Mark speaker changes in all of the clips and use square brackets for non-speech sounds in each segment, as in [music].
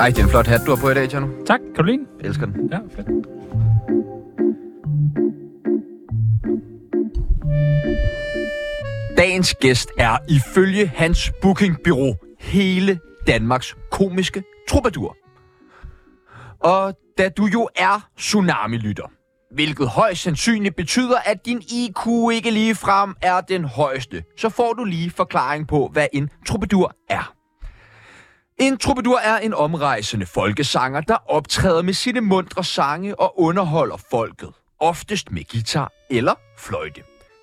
Speaker 1: Ej, det er en flot hat, du har på i dag, Tjerno.
Speaker 2: Tak, kan du lide den?
Speaker 1: Jeg elsker den.
Speaker 2: Ja, fedt.
Speaker 1: Dagens gæst er ifølge hans bookingbyrå hele Danmarks komiske troubadour. Og da du jo er tsunami-lytter, hvilket højst sandsynligt betyder, at din IQ ikke lige frem er den højeste, så får du lige forklaring på, hvad en troubadour er. En troubadour er en omrejsende folkesanger, der optræder med sine mundre sange og underholder folket, oftest med guitar eller fløjte.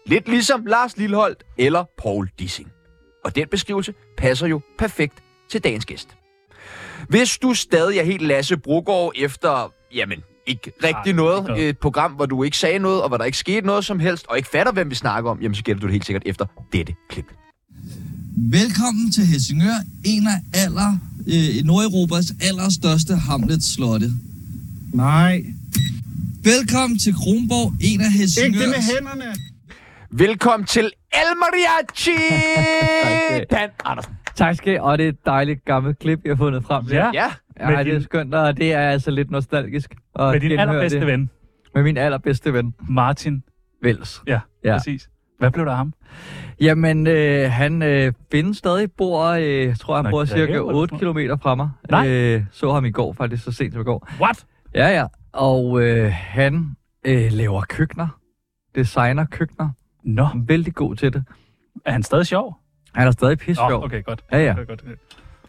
Speaker 1: Lidt ligesom Lars Lilholdt eller Paul Dissing. Og den beskrivelse passer jo perfekt til dagens gæst. Hvis du stadig er helt Lasse Brogaard efter, jamen, ikke rigtig
Speaker 2: ikke
Speaker 1: noget,
Speaker 2: noget.
Speaker 1: et program, hvor du ikke sagde noget, og hvor der ikke skete noget som helst, og ikke fatter, hvem vi snakker om, jamen så gætter du det helt sikkert efter dette klip.
Speaker 3: Velkommen til Helsingør, en af aller, øh, Nordeuropas allerstørste Hamlet-slotte.
Speaker 4: Nej.
Speaker 3: Velkommen til Kronborg, en af
Speaker 4: Ikke det
Speaker 3: Helsingørs...
Speaker 4: med hænderne.
Speaker 1: Velkommen til El
Speaker 2: [laughs]
Speaker 1: Mariachi! Dan Andersen.
Speaker 5: Tak skal I- og det er et dejligt gammelt klip, jeg har fundet frem. der.
Speaker 2: Ja,
Speaker 1: Ja,
Speaker 5: Ej,
Speaker 2: med
Speaker 5: det er
Speaker 2: din-
Speaker 5: skønt, og det er altså lidt nostalgisk. Og
Speaker 2: med din allerbedste
Speaker 5: det.
Speaker 2: ven,
Speaker 5: Med min allerbedste ven,
Speaker 2: Martin.
Speaker 5: Vels.
Speaker 2: Ja, ja,
Speaker 5: Ja.
Speaker 2: præcis. Hvad blev der af ham?
Speaker 5: Jamen, øh, han øh, findes stadig, bor, øh, jeg tror, han
Speaker 2: Nå,
Speaker 5: bor
Speaker 2: det er
Speaker 5: cirka
Speaker 2: her, hvor du
Speaker 5: 8
Speaker 2: tror.
Speaker 5: km fra mig.
Speaker 2: Nej.
Speaker 5: Øh, så ham i går, faktisk så sent som i går.
Speaker 2: What?
Speaker 5: Ja, ja. Og øh, han øh, laver køkkener. Designer køkkener.
Speaker 2: Nå,
Speaker 5: Vældig god til det.
Speaker 2: er han stadig sjov?
Speaker 5: Han er stadig pisse
Speaker 2: Nå,
Speaker 5: sjov.
Speaker 2: okay, godt.
Speaker 5: Ja, ja.
Speaker 2: Okay, godt.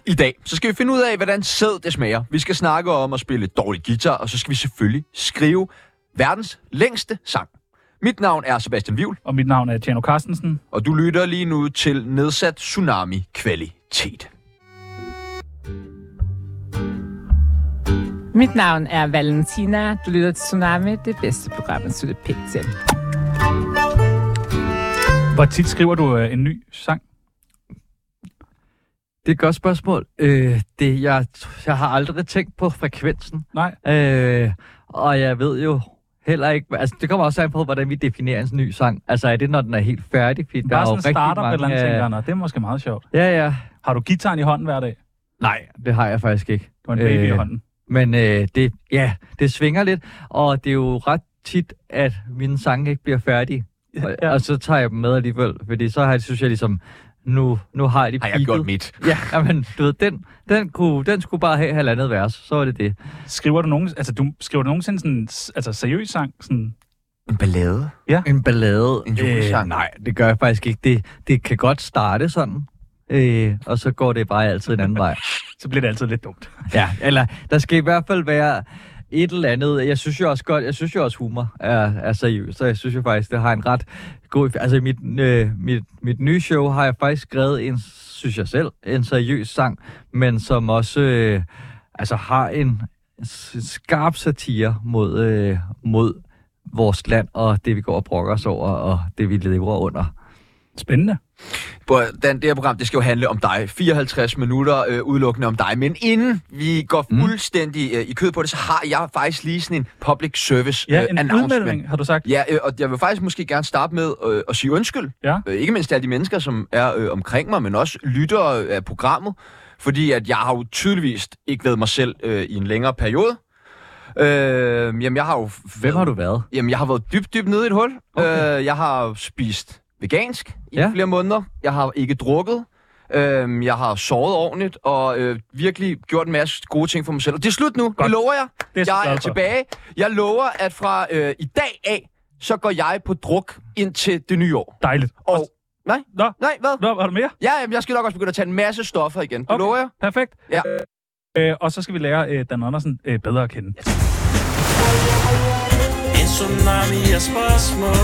Speaker 1: i dag, så skal vi finde ud af, hvordan sæd det smager. Vi skal snakke om at spille dårlig guitar, og så skal vi selvfølgelig skrive verdens længste sang. Mit navn er Sebastian Vivl,
Speaker 2: Og mit navn er Tjerno Carstensen.
Speaker 1: og du lytter lige nu til Nedsat Tsunami Kvalitet.
Speaker 6: Mit navn er Valentina. Du lytter til Tsunami, det bedste program, man slutter pænt til.
Speaker 2: Hvor tit skriver du øh, en ny sang?
Speaker 5: Det er et godt spørgsmål. Øh, det, jeg, jeg har aldrig tænkt på frekvensen.
Speaker 2: Nej.
Speaker 5: Øh, og jeg ved jo heller ikke... Altså, det kommer også an på, hvordan vi definerer en ny sang. Altså, er det, når den er helt færdig? Fordi der
Speaker 2: Bare
Speaker 5: er jo
Speaker 2: sådan
Speaker 5: rigtig
Speaker 2: starter
Speaker 5: mange...
Speaker 2: et eller andet, tænker
Speaker 5: øh,
Speaker 2: jeg, "Nå, det er måske meget sjovt.
Speaker 5: ja, ja.
Speaker 2: Har du gitaren i hånden hver dag?
Speaker 5: Nej, det har jeg faktisk ikke.
Speaker 2: Du har en baby i
Speaker 5: Øh,
Speaker 2: hånden.
Speaker 5: Men øh, det, ja, det svinger lidt, og det er jo ret tit, at mine sange ikke bliver færdige. Og,
Speaker 2: Ja.
Speaker 5: ja. og så tager jeg dem med alligevel, fordi så har jeg, synes jeg ligesom, nu, nu har jeg de
Speaker 1: Har jeg gjort mit?
Speaker 5: Ja, men du ved, den, den, kunne, den skulle bare have halvandet vers, så er det det.
Speaker 2: Skriver du, nogen, altså, du, skriver du nogensinde sådan en s- altså, seriøs sang? Sådan,
Speaker 1: En ballade?
Speaker 5: En ballade.
Speaker 1: En julesang?
Speaker 5: Øh, nej, det gør jeg faktisk ikke. Det, det kan godt starte sådan, øh, og så går det bare altid en anden vej.
Speaker 2: så bliver det altid lidt dumt.
Speaker 5: [laughs] Ja, eller der skal i hvert fald være et eller andet. Jeg synes jo også godt, jeg synes jo også humor er, er seriøst, så jeg synes jo faktisk, det har en ret god... Altså i mit, øh, mit, mit nye show har jeg faktisk skrevet en, synes jeg selv, en seriøs sang, men som også øh, altså har en s- skarp satire mod, øh, mod vores land og det, vi går og brokker os over, og det, vi lever under.
Speaker 2: Spændende.
Speaker 1: Prøv at- Dan, det her program, det skal jo handle om dig. 54 minutter øh, udelukkende om dig. Men inden vi går
Speaker 2: Mm.
Speaker 1: fuldstændig øh, i kød på det, så har jeg faktisk lige sådan en public service
Speaker 2: Ja,
Speaker 1: øh,
Speaker 2: en
Speaker 1: announcement.
Speaker 2: udmelding, har du sagt.
Speaker 1: Ja, øh, og jeg vil faktisk måske gerne starte med øh, at sige undskyld.
Speaker 2: Ja.
Speaker 1: Øh, ikke mindst til alle de mennesker, som er øh, omkring mig, men også lyttere øh, af programmet. Fordi at jeg har jo tydeligvis ikke været mig selv øh, i en længere periode. Øh, jamen, jeg har jo...
Speaker 5: Hvem har du været?
Speaker 1: Jamen, jeg har været dybt, dybt nede i et hul.
Speaker 5: Okay.
Speaker 1: Øh, jeg har spist vegansk i ja.
Speaker 5: Ja.
Speaker 1: flere måneder. Jeg har ikke drukket. Øh, jeg har sovet ordentligt og øh, virkelig gjort en masse gode ting for mig selv. Og det er slut nu, Godt. det lover jeg.
Speaker 2: Det er så
Speaker 1: jeg
Speaker 2: glad
Speaker 1: er
Speaker 2: for.
Speaker 1: tilbage. Jeg lover, at fra øh, i dag af, så går jeg på druk indtil det nye år.
Speaker 2: Dejligt.
Speaker 1: Og... Nej,
Speaker 2: Nå.
Speaker 1: nej, hvad?
Speaker 2: Nå, har du mere?
Speaker 1: Ja, jamen, jeg skal nok også begynde at tage en masse stoffer igen. Det
Speaker 2: Okay.
Speaker 1: okay. lover jeg.
Speaker 2: Perfekt.
Speaker 1: Ja.
Speaker 2: Øh, og så skal vi lære øh, Dan Andersen øh, bedre at kende.
Speaker 7: En tsunami af spørgsmål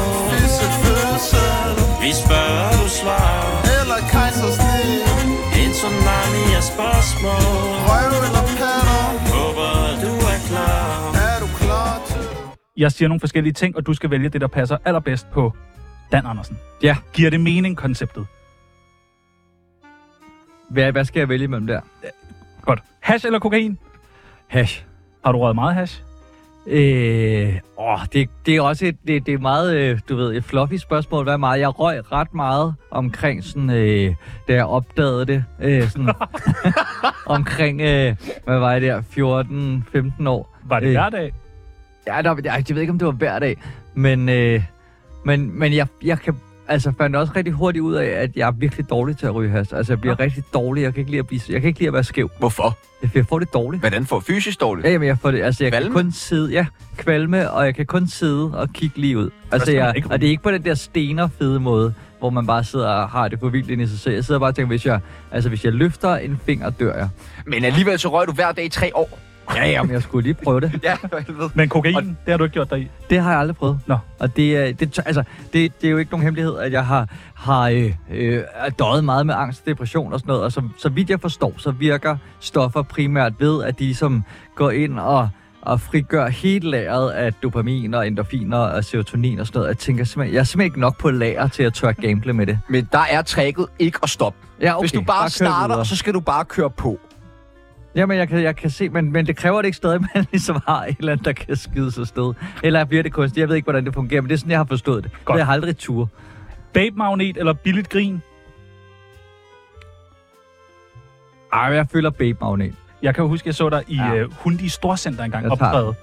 Speaker 7: Vi spørger, du svarer
Speaker 8: Eller kejsersnit
Speaker 7: En tsunami af spørgsmål
Speaker 8: Røv eller patter
Speaker 7: Håber, du er klar
Speaker 8: Er du klar til
Speaker 2: Jeg siger nogle forskellige ting, og du skal vælge det, der passer allerbedst på Dan Andersen.
Speaker 5: Ja.
Speaker 2: Giver det mening, konceptet?
Speaker 5: Hvad, hvad skal jeg vælge mellem der?
Speaker 2: Godt. Hash eller kokain?
Speaker 5: Hash.
Speaker 2: Har du røget meget hash?
Speaker 5: Øh, åh, det, det er også et, det, det er meget, øh, du ved, et fluffy spørgsmål. Hvad meget? Jeg røg ret meget omkring sådan, øh, da jeg opdagede det. Øh,
Speaker 2: [laughs]
Speaker 5: sådan, [laughs] omkring, øh, hvad var jeg der, 14-15 år.
Speaker 2: Var det
Speaker 5: Øh.
Speaker 2: hver dag?
Speaker 5: Ja, der, jeg, jeg ved ikke, om det var hver dag, men, øh, men, men jeg, jeg kan, altså, fandt også rigtig hurtigt ud af, at jeg er virkelig dårlig til at ryge has. Altså, jeg bliver ja. rigtig dårlig. Jeg kan ikke lide at, blive, jeg kan ikke lide at være skæv.
Speaker 1: Hvorfor?
Speaker 5: Jeg får det dårligt.
Speaker 1: Hvordan får fysisk dårligt?
Speaker 5: Ja, jamen, jeg får det. Altså, jeg
Speaker 1: Kvalme?
Speaker 5: kan kun sidde, ja, kvalme, og jeg kan kun sidde og kigge lige ud. Altså,
Speaker 2: skal man
Speaker 5: jeg,
Speaker 2: ikke
Speaker 5: og det er ikke på den der stener fede måde, hvor man bare sidder og har det på vildt ind i sig selv. Jeg sidder bare og tænker, hvis jeg, altså, hvis jeg løfter en finger, dør jeg.
Speaker 1: Men alligevel så røg du hver dag i tre år. Ja, ja.
Speaker 5: Jamen, jeg skulle lige prøve det.
Speaker 1: [laughs] Ja, for helvede.
Speaker 2: Men kokain,
Speaker 1: Og-
Speaker 2: det har du ikke gjort dig i.
Speaker 5: Det har jeg aldrig prøvet.
Speaker 2: Nå.
Speaker 5: Og det, er- det, tør- altså, det, det er jo ikke nogen hemmelighed, at jeg har, har øh, øh, er døjet meget med angst, depression og sådan noget. Og så, så vidt jeg forstår, så virker stoffer primært ved, at de ligesom går ind og, og frigør helt lageret af dopamin og endorfiner og serotonin og sådan noget. Jeg tænker simpelthen, jeg er simpelthen ikke nok på lager til at tør gamble med det.
Speaker 1: Men der er tricket ikke at stoppe.
Speaker 5: Ja, okay.
Speaker 1: Hvis du bare, bare
Speaker 5: kør
Speaker 1: starter,
Speaker 5: videre.
Speaker 1: så skal du bare køre på.
Speaker 5: Jamen, jeg kan, jeg kan se, men, men det kræver det ikke stadig, at man ligesom har et eller andet, der kan skide sig sted. Eller bliver det kunstigt. Jeg ved ikke, hvordan det fungerer, men det er sådan, jeg har forstået det.
Speaker 2: Godt.
Speaker 5: Godt. Jeg har aldrig tur.
Speaker 2: Babe-magnet eller billigt grin?
Speaker 5: Ej, men jeg føler babe-magnet.
Speaker 2: Jeg kan jo huske, jeg så dig i ja.
Speaker 5: Ja.
Speaker 2: uh, Hundi Storcenter engang
Speaker 5: Jeg tager
Speaker 2: optræde.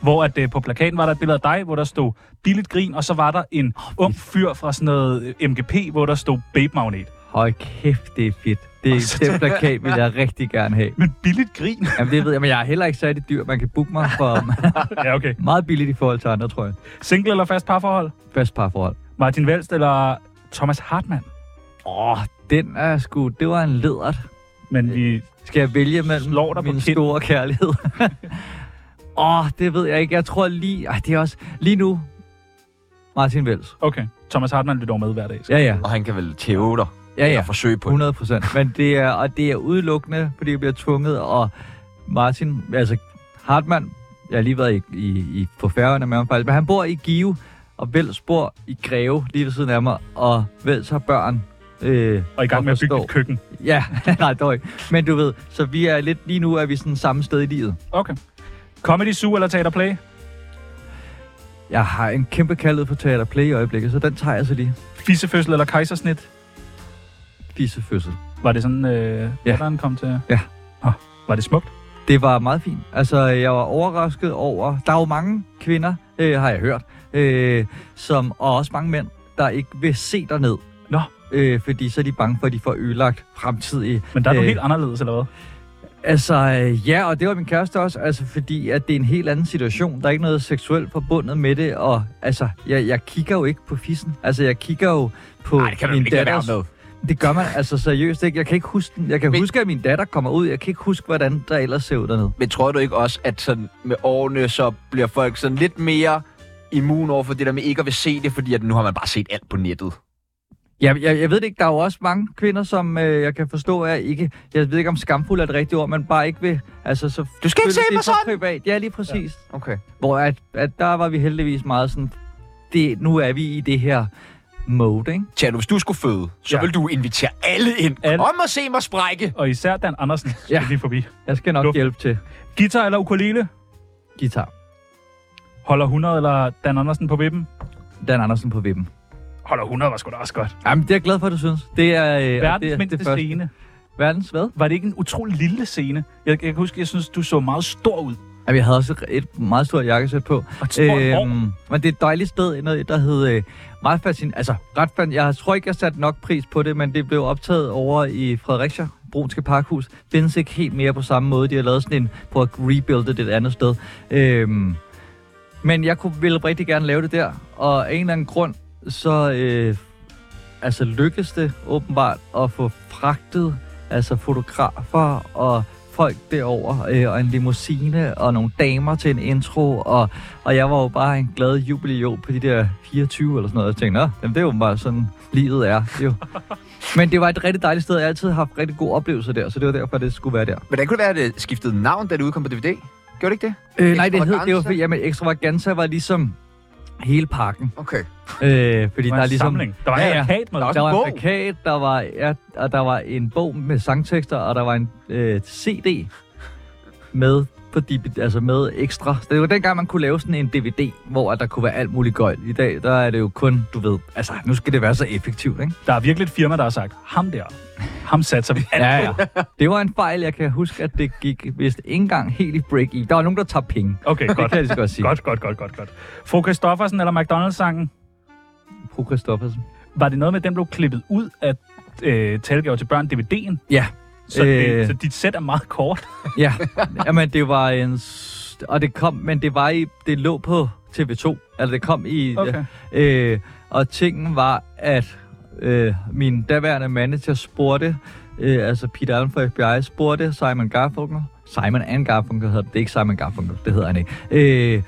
Speaker 2: Hvor at, uh, på plakaten var der et billede af dig, hvor der stod billigt grin, og så var der en oh, ung fyr fra sådan noget øh, MGP, hvor der stod babe-magnet.
Speaker 5: Hold kæft, det er fedt. Det er den plakat, vil jeg rigtig gerne have.
Speaker 2: Men billigt grin?
Speaker 5: Jamen, det ved jeg, men jeg er heller ikke særlig dyr. Man kan booke mig for
Speaker 2: [laughs] ja, okay.
Speaker 5: meget billigt i forhold til andre, tror jeg.
Speaker 2: Single eller fast parforhold?
Speaker 5: Fast parforhold.
Speaker 2: Martin Velst eller Thomas Hartmann?
Speaker 5: Åh, den er sgu... Det var en ledert.
Speaker 2: Men vi...
Speaker 5: Skal jeg vælge mellem
Speaker 2: Slår dig på
Speaker 5: min
Speaker 2: kinden.
Speaker 5: store
Speaker 2: [laughs]
Speaker 5: kærlighed? Åh, det ved jeg ikke. Jeg tror lige... Ej, det er også... Lige nu... Martin Vels.
Speaker 2: Okay. Thomas Hartmann lytter med hver dag.
Speaker 5: Ja, ja.
Speaker 1: Og han kan vel tæve dig.
Speaker 5: Ja,
Speaker 1: Eller
Speaker 5: ja.
Speaker 1: forsøge på det.
Speaker 5: 100 procent. Men det er, og det er udelukkende, fordi jeg bliver tvunget, og Martin, altså Hartmann, jeg har lige været i, i, i på færgerne med ham faktisk, men han bor i Give, og Vels bor i Greve, lige ved siden af mig, og Vels har børn. Øh,
Speaker 2: Og i gang
Speaker 5: at
Speaker 2: med at bygge
Speaker 5: forstå.
Speaker 2: et køkken.
Speaker 5: Ja, [laughs] nej, dog ikke. Men du ved, så vi er lidt, lige nu er vi sådan samme sted i livet.
Speaker 2: Okay. Comedy Zoo eller Teater Play?
Speaker 5: Jeg har en kæmpe kaldet på Teater Play i øjeblikket, så den tager jeg så lige.
Speaker 2: Fissefødsel eller kejsersnit?
Speaker 5: Fisefødsel.
Speaker 2: Var det sådan, øh,
Speaker 5: Ja.
Speaker 2: ja. han kom til?
Speaker 5: Ja.
Speaker 2: Oh, var det smukt?
Speaker 5: Det var meget fint. Altså, jeg var overrasket over... Der er jo mange kvinder, øh, har jeg hørt, øh, som, og også mange mænd, der ikke vil se dig ned.
Speaker 2: Nå.
Speaker 5: Øh, fordi så er de bange for, at de får ødelagt fremtidige...
Speaker 2: Men der er du
Speaker 5: Øh.
Speaker 2: helt anderledes, eller hvad?
Speaker 5: Altså, øh, ja, og det var min kæreste også, altså, fordi at det er en helt anden situation. Der er ikke noget seksuelt forbundet med det, og altså, jeg, jeg kigger jo ikke på fissen. Altså, jeg kigger jo på
Speaker 1: Nej, det kan du
Speaker 5: min
Speaker 1: ikke lade være
Speaker 5: datters
Speaker 1: med.
Speaker 5: det gør man altså seriøst ikke. Jeg kan ikke huske den. Jeg kan
Speaker 1: Men-
Speaker 5: Men... huske, at min datter kommer ud. Jeg kan ikke huske, hvordan der ellers ser ud dernede.
Speaker 1: Men tror du ikke også, at sådan med årene, så bliver folk sådan lidt mere immun over for det der med ikke at vil se det, fordi at nu har man bare set alt på nettet.
Speaker 5: Jeg, jeg, jeg ved det ikke, der er jo også mange kvinder, som øh, jeg kan forstå er ikke... Jeg ved ikke, om skamfuld er det rigtige ord, men bare ikke vil... Altså, så
Speaker 1: Du skal ikke se mig sådan!
Speaker 5: Privat. Ja, lige præcis. Ja.
Speaker 1: Okay.
Speaker 5: Hvor at, at der var vi heldigvis meget sådan... Det, nu er vi i det her mode, ikke?
Speaker 1: Tjerno, hvis du skulle føde, så
Speaker 2: Ja.
Speaker 1: ja. vil du invitere alle ind.
Speaker 2: Alle.
Speaker 1: Alle. Kom og se mig sprække.
Speaker 2: Og især Dan
Speaker 5: [laughs]
Speaker 2: Andersen skal
Speaker 5: Ja.
Speaker 2: lige forbi.
Speaker 5: Jeg skal nok
Speaker 2: Luft.
Speaker 5: hjælpe til
Speaker 2: Guitar eller ukulele?
Speaker 5: guitar.
Speaker 2: Holder 100 eller Dan Andersen på vippen?
Speaker 5: Dan Andersen på vippen.
Speaker 2: Holder 100 var sgu da også godt.
Speaker 5: Jamen, det er jeg glad for, du synes. Det er... Øh, og
Speaker 2: Verdens
Speaker 5: det er
Speaker 2: mindste
Speaker 5: første.
Speaker 2: scene.
Speaker 5: Verdens hvad?
Speaker 2: Var det ikke en utrolig lille scene? Jeg, jeg kan huske, jeg synes, du så meget stor ud.
Speaker 5: Jamen, jeg havde også et- et meget stort jakkesæt på. Øhm,
Speaker 2: Og et stort hår.
Speaker 5: men det er et dejligt sted, noget, der hed øh, meget fascinerende. Altså, ret fan, jeg tror ikke, jeg satte nok pris på det, men det blev optaget over i Fredericia, Brunske Parkhus. Findes ikke helt mere på samme måde. De har lavet sådan en, på at rebuilde det et andet sted. Øhm, men jeg kunne, ville rigtig gerne lave det der, og af en eller anden grund, så øh, altså, lykkedes det åbenbart at få fragtet altså fotografer og folk derover øh, og en limousine og nogle damer til en intro, og, og jeg var jo bare en glad jubelio på de der 24 eller sådan noget, og jeg tænkte, nå, jamen, det er jo bare sådan, livet er jo. Men det var et rigtig dejligt sted, og jeg har altid haft rigtig gode oplevelser der, så det var derfor, det skulle være der.
Speaker 1: Hvordan kunne det være, at det skiftede navn, da det udkom på DVD? Gjorde det ikke det?
Speaker 5: Øh, nej, det hed, det var,
Speaker 1: Extravaganza?
Speaker 5: fordi- jamen, Extravaganza var ligesom hele pakken,
Speaker 1: Okay.
Speaker 5: øh, fordi
Speaker 2: Det
Speaker 5: der
Speaker 2: var
Speaker 5: er
Speaker 2: en
Speaker 5: ligesom...
Speaker 2: samling. Der var
Speaker 5: Ja,
Speaker 2: en
Speaker 5: ja.
Speaker 2: plakat med.
Speaker 1: Der er også
Speaker 5: Der var
Speaker 1: en
Speaker 5: en
Speaker 1: bog.
Speaker 5: plakat, der var, ja, og der var en bog med sangtekster, og der var en øh, CD med på DB, altså med ekstra. Det var dengang, man kunne lave sådan en DVD, hvor at der kunne være alt muligt gøjl. I dag, der er det jo kun, du ved, altså nu skal det være så effektivt, ikke?
Speaker 2: Der er virkelig et firma, der har sagt, ham der, ham satser vi alt
Speaker 5: Ja, ja. Det var en fejl, jeg kan huske, at det gik vist ikke engang helt i break i. Der var nogen, der tager penge.
Speaker 2: Okay,
Speaker 5: [laughs] Det
Speaker 2: godt.
Speaker 5: kan jeg lige så godt sige.
Speaker 2: godt, godt, godt, godt, godt. Fru Christoffersen eller McDonald's-sangen,
Speaker 5: Fru Christoffersen.
Speaker 2: var det noget med, at den blev klippet ud af øh, talgaver til børn DVD'en?
Speaker 5: Ja.
Speaker 2: Så, øh...
Speaker 5: Øh.
Speaker 2: det, så dit sæt er meget kort.
Speaker 5: Ja, jamen det var en... s- Og det kom, men det var i... Det lå på TV2. Altså det kom i...
Speaker 2: Okay.
Speaker 5: Øh, og tingen var, at øh, min daværende manager spurgte... Øh, altså Peter Allen fra FBI spurgte Simon Garfunkel... Simon and Garfunkel hedder det. Det er ikke Simon Garfunkel, det hedder han ikke. Øh,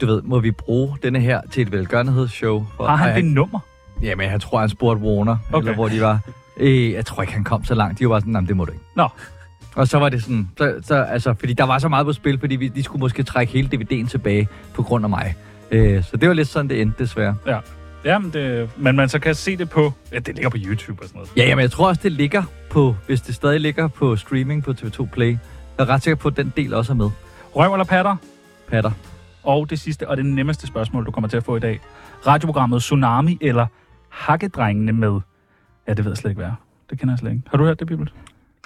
Speaker 5: du ved, må vi bruge denne her til et velgørenhedsshow? For-
Speaker 2: Har
Speaker 5: Ej,
Speaker 2: han det nummer?
Speaker 5: Jamen, jeg tror, han spurgte Warner, okay.
Speaker 2: Okay.
Speaker 5: eller hvor de var. Øh, jeg tror ikke, han kom så langt. De var bare sådan, nej, det må du ikke.
Speaker 2: Nå.
Speaker 5: Og så var det sådan, så, så, altså, fordi der var så meget på spil, fordi vi, de skulle måske trække hele DVD'en tilbage på grund af mig. Øh, så det var lidt sådan, det endte desværre.
Speaker 2: Jamen, det, men man så kan se det på... Ja, det ligger på YouTube og sådan noget.
Speaker 5: Ja, jamen, jeg tror også, det ligger på, hvis det stadig ligger på streaming på TV2 Play. Jeg er ret sikker på, at den del også er med.
Speaker 2: Røv eller patter?
Speaker 5: Patter.
Speaker 2: Og det sidste og det nemmeste spørgsmål, du kommer til at få i dag. Radioprogrammet Tsunami eller Hakkedrengene med... Ja, det ved jeg slet ikke, hvad er. Det kender jeg slet ikke. Har du hørt det, Bibel?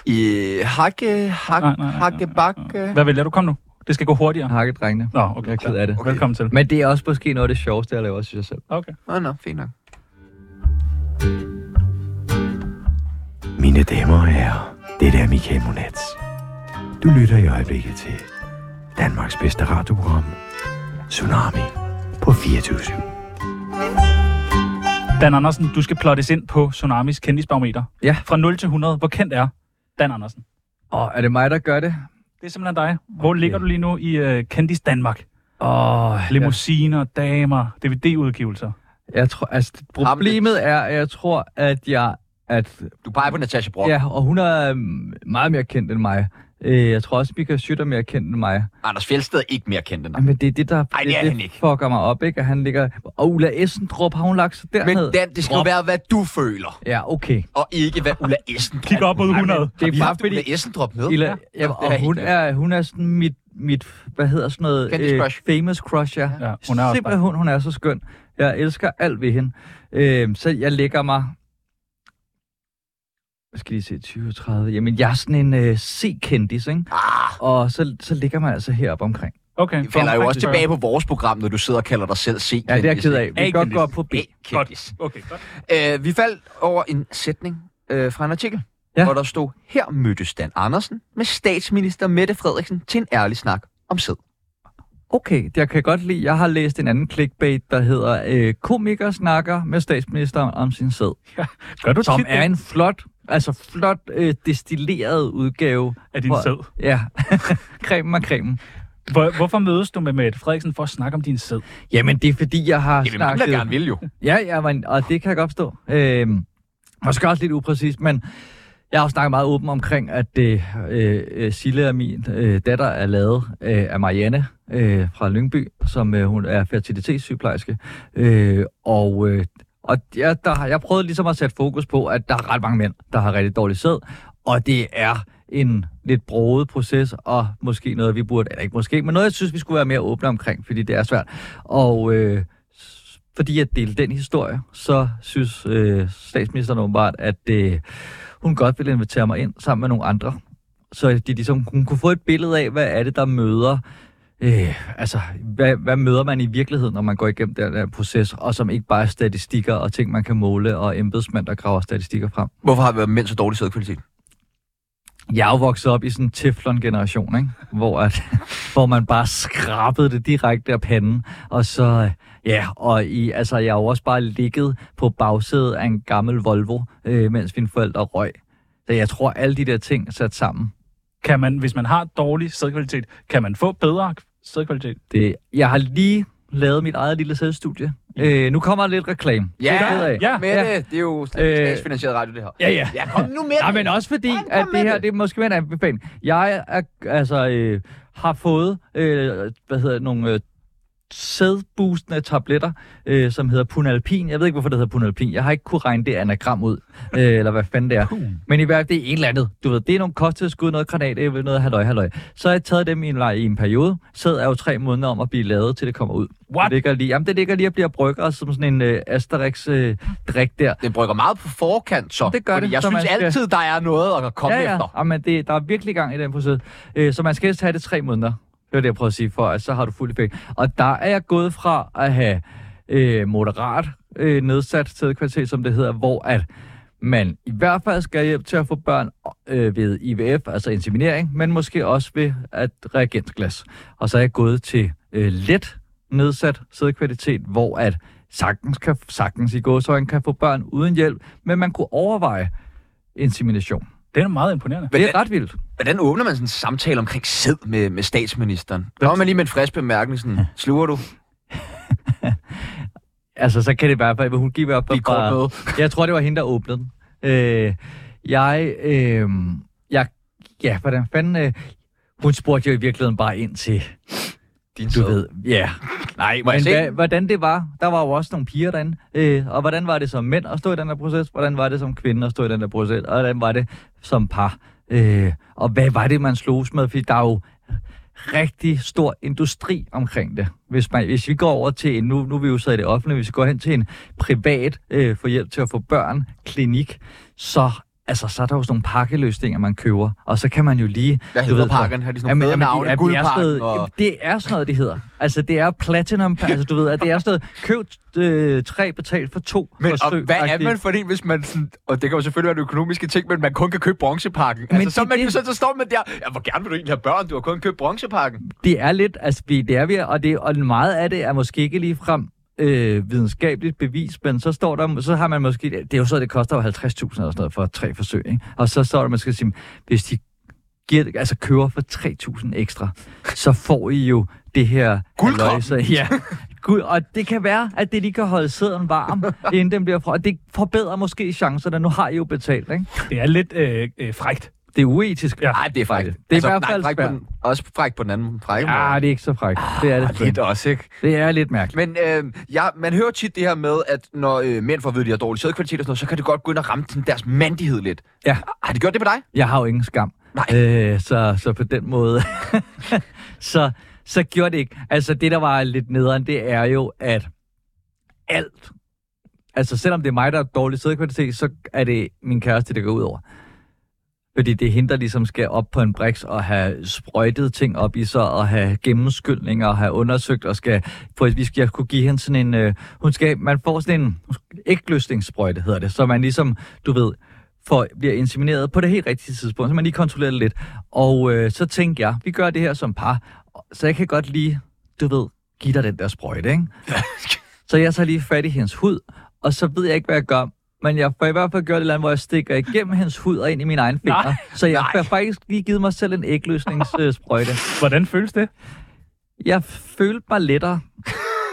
Speaker 1: I øh, hakke, hak,
Speaker 2: Nej, nej, nej, nej,
Speaker 1: hakke, bakke.
Speaker 2: Hvad vælger du? Kom nu. Det skal gå hurtigere.
Speaker 5: Hakkedrengene.
Speaker 2: Nå, okay.
Speaker 5: Jeg er ked af det.
Speaker 2: Okay. Velkommen til.
Speaker 5: Men det er også måske noget af det sjoveste, jeg laver, synes jeg selv.
Speaker 2: Okay.
Speaker 1: Nå, nå, fint nok.
Speaker 4: Mine damer og herrer, det er Michael Monats. Du lytter i øjeblikket til Danmarks bedste radioprogram, Tsunami på 24
Speaker 2: Dan Andersen, du skal plottes ind på Tsunamis kendisbarometer.
Speaker 5: Ja.
Speaker 2: Fra 0 til 100. Hvor kendt er Dan Andersen?
Speaker 5: Og er det mig, der gør det?
Speaker 2: Det er simpelthen dig. Hvor okay. ligger du lige nu i uh, Kendis Danmark?
Speaker 5: Åh, jeg
Speaker 2: Limousiner, damer, DVD-udgivelser.
Speaker 5: Jeg tror, altså, problemet er, at jeg tror, at jeg, at,
Speaker 1: Du peger på Natasha Brock.
Speaker 5: ja, og hun er øhm, meget mere kendt end mig. Øh, jeg tror også, Michael Schütter er mere kendt end mig.
Speaker 1: Anders Fjeldsted er ikke mere kendt end dig.
Speaker 5: Men det er det, der
Speaker 1: Ej, det er han
Speaker 5: det,
Speaker 1: ikke.
Speaker 5: fucker mig op, ikke? At han ligger... Og Ulla Essendrop, har hun lagt sig derned?
Speaker 1: Men Dan, det skal jo være, hvad du føler,
Speaker 5: Ja, okay.
Speaker 1: og ikke hvad Ulla Essendrop...
Speaker 2: Kig op mod 100.
Speaker 5: Det
Speaker 1: Vi har
Speaker 5: er bare
Speaker 1: haft
Speaker 5: fordi...
Speaker 1: Ulla Essendrop med.
Speaker 5: Ulla, ja,
Speaker 1: det er
Speaker 5: og hun
Speaker 1: helt
Speaker 5: er, hun er sådan mit, mit, hvad hedder sådan noget? øh,
Speaker 1: Candy's crush.
Speaker 5: Famous crush, ja.
Speaker 2: Ja, hun er også
Speaker 5: Simpelthen, hun, hun er så skøn. Jeg elsker alt ved hende. Øh, så jeg lægger mig... Hvad skal de se? 20, 30? Jamen, jeg er sådan en øh, C-kendis, ikke?
Speaker 1: Ah,
Speaker 5: Og så, så ligger man altså heroppe omkring.
Speaker 2: Okay.
Speaker 1: det falder jo
Speaker 2: Kom,
Speaker 1: også
Speaker 2: tak.
Speaker 1: tilbage på vores program, når du sidder og kalder dig selv C.
Speaker 5: Ja, det er jeg ked af. Vi kan godt gå op på B.
Speaker 1: B-kendis.
Speaker 2: Okay, godt.
Speaker 1: Øh, vi faldt over en sætning øh, fra en artikel,
Speaker 5: Ja.
Speaker 1: ja. hvor der stod, her mødtes Dan Andersen med statsminister Mette Frederiksen til en ærlig snak om sæd.
Speaker 5: Okay, det jeg kan godt lide. Jeg har læst en anden clickbait, der hedder øh, Komiker snakker med statsministeren om sin sæd.
Speaker 2: Gør du
Speaker 5: Som
Speaker 2: tit
Speaker 5: er
Speaker 2: det
Speaker 5: en flot, altså flot, øh, destilleret udgave.
Speaker 2: af din
Speaker 5: Hvor-
Speaker 2: sæd?
Speaker 5: Ja, [laughs] cremen er cremen.
Speaker 2: Hvor, hvorfor mødes du med Mette Frederiksen for at snakke om din sæd?
Speaker 5: Jamen, det er fordi, jeg har
Speaker 1: Det vil man
Speaker 5: snakket...
Speaker 1: da gerne vil jo.
Speaker 5: Ja, ja, men, og det kan jeg godt forstå. Øhm, måske også lidt upræcist, men jeg har jo snakket meget åben omkring, at øh, øh, øh, Sille og min øh, datter er lavet øh, af Marianne øh, fra Lyngby, som øh, hun er fertilitetssygeplejerske. Øh, og øh, og jeg, der, har- jeg prøvede ligesom at sætte fokus på, at der er ret mange mænd, der har rigtig dårlig sæd, og det er en lidt broget proces, og måske noget, vi burde, eller ikke måske, men noget, jeg synes, vi skulle være mere åbne omkring, fordi det er svært. Og øh, s- fordi jeg delte den historie, så synes øh, statsministeren åbenbart, at øh, hun godt ville invitere mig ind sammen med nogle andre. Så de ligesom hun kunne få et billede af, hvad er det, der møder Øh, altså, hvad, hvad møder man i virkeligheden, når man går igennem den der proces, og som ikke bare er statistikker og ting, man kan måle, og embedsmænd, der graver statistikker frem?
Speaker 1: Hvorfor har vi været mænd så dårlig sædkvalitet?
Speaker 5: Jeg er jo vokset op i sådan en Teflon-generation, ikke? Hvor, at, [laughs] hvor man bare skrabede det direkte af panden. Og så, øh, ja, og i, altså, jeg har jo også bare ligget på bagsædet af en gammel Volvo, øh, mens mine forældre røg. Så jeg tror, alle de der ting sat sammen.
Speaker 2: Kan man, hvis man har dårlig sædkvalitet, kan man få bedre sædkvalitet?
Speaker 5: Det, jeg har lige lavet mit eget lille selvstudie. Øh, nu kommer der lidt reklame.
Speaker 1: Ja,
Speaker 5: Det er jeg ked af. Øh,
Speaker 2: ja,
Speaker 1: Mette, det er jo statsfinansieret radio, det her.
Speaker 5: Ja, ja.
Speaker 1: Ja, kom nu med
Speaker 5: Nej, men også fordi,
Speaker 1: Kom, kom
Speaker 5: at
Speaker 1: med
Speaker 5: det her,
Speaker 1: det.
Speaker 5: det er måske mere en anbefaling. Jeg er, altså, øh, har fået, øh, hvad hedder det, nogle øh, sædboostende tabletter, øh, som hedder Punalpin. Jeg ved ikke, hvorfor det hedder Punalpin. Jeg har ikke kunne regne det anagram ud, øh, eller hvad fanden det er. Men i hvert fald, det er et eller andet. Du ved, det er nogle kosttilskud, noget granatæble, noget halløj, halløj. Så har jeg taget dem i en, i en periode. Sæd er jo tre måneder om at blive lavet, til det kommer ud.
Speaker 2: What?
Speaker 5: Det ligger lige, jamen, det ligger lige og bliver brygger, som sådan en øh, Asterix-drik der.
Speaker 1: Det brygger meget på forkant, så.
Speaker 5: Det gør
Speaker 1: fordi
Speaker 5: det,
Speaker 1: Jeg
Speaker 5: så
Speaker 1: synes
Speaker 5: man skal-
Speaker 1: altid, der er noget at komme
Speaker 5: ja, ja.
Speaker 1: efter.
Speaker 5: Jamen, det, der er virkelig gang i den proces. Øh, så man skal helst have det tre måneder. Det var det, jeg prøvede at sige, for at så har du fuld effekt. Og der er jeg gået fra at have øh, moderat øh, nedsat sædkvalitet, som det hedder, hvor at man i hvert fald skal hjælp til at få børn øh, ved IVF, altså inseminering, men måske også ved at reagensglas. Og så er jeg gået til øh, let nedsat sædkvalitet, hvor at sagtens, kan, sagtens i gåsøjne kan få børn uden hjælp, men man kunne overveje insemination.
Speaker 2: Det er meget imponerende.
Speaker 5: Det er ret vildt.
Speaker 1: Hvordan åbner man sådan en samtale omkring sæd med, med statsministeren? Der var man lige med en frisk bemærkning, sådan, sluger du?
Speaker 5: Altså, så kan det i hvert fald, hun giver op.
Speaker 1: Blive kort
Speaker 5: bare-
Speaker 1: med.
Speaker 5: Jeg tror, det var hende, der åbnede den. Øh, jeg, øh, jeg, ja, hvordan fanden, øh, hun spurgte jo i virkeligheden bare ind til,
Speaker 1: Din
Speaker 5: du ved, ja.
Speaker 1: Nej, må jeg
Speaker 5: Men
Speaker 1: se?
Speaker 5: hva, hvordan det var, der var jo også nogle piger derinde, øh, og hvordan var det som mænd at stå i den der proces, hvordan var det som kvinde at stå i den der proces, og hvordan var det som par, øh, og hvad var det, man slogs med, fordi der er jo rigtig stor industri omkring det. Hvis, man, hvis vi går over til, en- nu, nu er vi jo så i det offentlige, hvis vi går hen til en privat øh, for hjælp til at få børn, klinik, så, altså, så er der jo sådan nogle pakkeløsninger, man køber, og så kan man jo lige...
Speaker 1: Hvad
Speaker 5: du
Speaker 1: hedder
Speaker 5: ved, så-
Speaker 1: pakken? Har de sådan nogle fede
Speaker 5: de-
Speaker 1: navne?
Speaker 5: jamen, det, er sådan
Speaker 1: Guldpakken
Speaker 5: noget,
Speaker 1: og...
Speaker 5: og... det er sådan noget, det hedder. Altså, det er platinum. altså, du ved, at det er sådan noget, køb øh, tre, betalt for to.
Speaker 1: Men og
Speaker 5: forsøg,
Speaker 1: hvad er
Speaker 5: agtigt.
Speaker 1: man for en, hvis man sådan, og det kan jo selvfølgelig være den økonomiske ting, men man kun kan købe bronzepakken. Men altså,
Speaker 5: det-
Speaker 1: så, er man,
Speaker 5: det-
Speaker 1: så, så står man der, ja, hvor gerne vil du egentlig have børn, du har kun købt bronzepakken.
Speaker 5: Det er lidt, altså, vi- det er vi, og, det, og meget af det er måske ikke lige frem øh, videnskabeligt bevis, men så står der, så har man måske, det er jo så, det koster jo 50.000 eller sådan noget for tre forsøg, ikke? Og så står der, man skal sige, hvis de giver, altså kører for 3.000 ekstra, så får I jo det her
Speaker 1: Guldkop.
Speaker 5: halløj, så- [laughs] Ja, Gud, og det kan være, at det lige kan holde sæden [laughs] varm, inden den bliver fra. Og det forbedrer måske chancerne. Nu har I jo betalt, ikke?
Speaker 2: Det er lidt øh, øh, frægt.
Speaker 5: Det er uetisk.
Speaker 2: Ja.
Speaker 1: Nej, det er frækt.
Speaker 5: Det er i hvert
Speaker 1: nej,
Speaker 5: fald
Speaker 1: frækt på
Speaker 5: svært.
Speaker 1: den, Også frækt på den anden frække
Speaker 5: Ja,
Speaker 1: måde.
Speaker 5: Ah, det er ikke så frækt. Det er det.
Speaker 1: Lidt også, ikke?
Speaker 5: Det er lidt mærkeligt.
Speaker 1: Men øh, ja, man hører tit det her med, at når øh, mænd får at vide, at de har dårlig sædkvalitet og sådan noget, så kan det godt gå ind og ramme sådan deres mandighed lidt.
Speaker 5: Ja.
Speaker 1: Har de gjort det på dig?
Speaker 5: Jeg har jo ingen skam.
Speaker 1: Nej.
Speaker 5: Øh, så, så på den måde... [laughs] så, så gjorde det ikke. Altså, det, der var lidt nederen, det er jo, at alt... Altså, selvom det er mig, der er dårlig sædkvalitet, så er det min kæreste, det går ud over. Fordi det hindrer ligesom skal op på en briks og have sprøjtet ting op i sig, og have gennemskyldninger, og have undersøgt, og skal, for vi skal jeg kunne give hende sådan en, øh, hun skal, man får sådan en ægløsningssprøjte, hedder det, så man ligesom, du ved, får, bliver insemineret på det helt rigtige tidspunkt, så man lige kontrollerer det lidt. Og øh, så tænkte jeg, vi gør det her som par, så jeg kan godt lige, du ved, give dig den der sprøjte, ikke? [laughs] så jeg tager lige fat i hendes hud, og så ved jeg ikke, hvad jeg gør, men jeg får i hvert fald gjort et eller andet, hvor jeg stikker igennem hendes hud og ind i mine egne fingre. Så jeg har faktisk lige givet mig selv en ægløsningssprøjte.
Speaker 2: Hvordan føles det?
Speaker 5: Jeg følte mig lettere.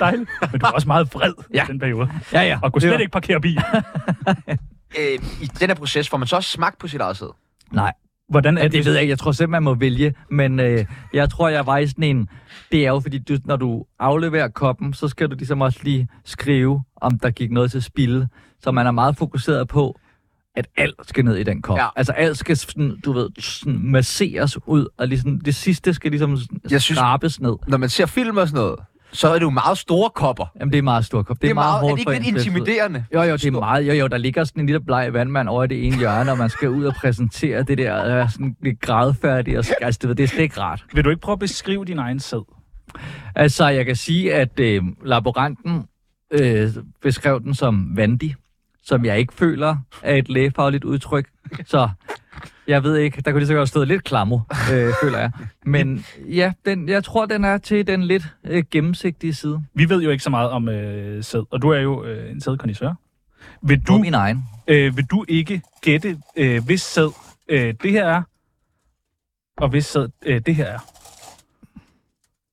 Speaker 2: Dejligt. Men du var også meget vred ja.
Speaker 5: Ja.
Speaker 2: i den periode.
Speaker 5: Ja, ja.
Speaker 2: Og kunne
Speaker 5: Det
Speaker 2: slet
Speaker 5: var-
Speaker 2: ikke parkere bil.
Speaker 1: Øh, I den her proces får man så også smagt på sit eget sæd.
Speaker 5: Nej,
Speaker 2: Hvordan er
Speaker 5: Ja,
Speaker 2: det?
Speaker 5: det ved jeg ikke. Jeg tror selv, man må vælge. Men øh, jeg tror, jeg var i sådan en... Det er jo fordi, du, når du afleverer koppen, så skal du ligesom også lige skrive, om der gik noget til spil. Så man er meget fokuseret på, at alt skal ned i den kop.
Speaker 1: Ja.
Speaker 5: Ja. Altså alt skal, sådan, du ved, sådan masseres ud, og ligesom, det sidste skal ligesom
Speaker 1: Jeg
Speaker 5: jeg
Speaker 1: synes-
Speaker 5: synes... skrabes ned.
Speaker 1: Når man ser film og sådan noget, så er det jo meget store kopper. Det
Speaker 5: Jamen, det er en meget stor kop. Det er, meget,
Speaker 1: er
Speaker 5: hårdt
Speaker 1: det
Speaker 5: for
Speaker 1: ikke lidt
Speaker 5: en fest.
Speaker 1: intimiderende?
Speaker 5: Jo, jo, det er meget. Jo, jo, der ligger sådan en lille bleg vandmand over i det ene hjørne, og man skal ud og præsentere det der, og være sådan lidt grædfærdig, [laughs] og skal, altså, du ved, det er slet ikke rart.
Speaker 2: Vil du ikke prøve at beskrive din egen sæd?
Speaker 5: Altså, jeg kan sige, at øh, laboranten øh, beskrev den som vandig, som jeg ikke føler er et lægefagligt udtryk. Så jeg ved ikke, der kunne lige så godt have stået lidt klammer, øh, føler jeg. Men ja, den, jeg tror, den er til den lidt øh, gennemsigtige side.
Speaker 2: Vi ved jo ikke så meget om øh, sæd, og du er jo øh, en sædkondisør. Vil
Speaker 5: Du? På
Speaker 2: du,
Speaker 5: min egen.
Speaker 2: øh, vil du ikke gætte, øh, hvis sæd øh, det her er, og hvis sæd øh, det her er?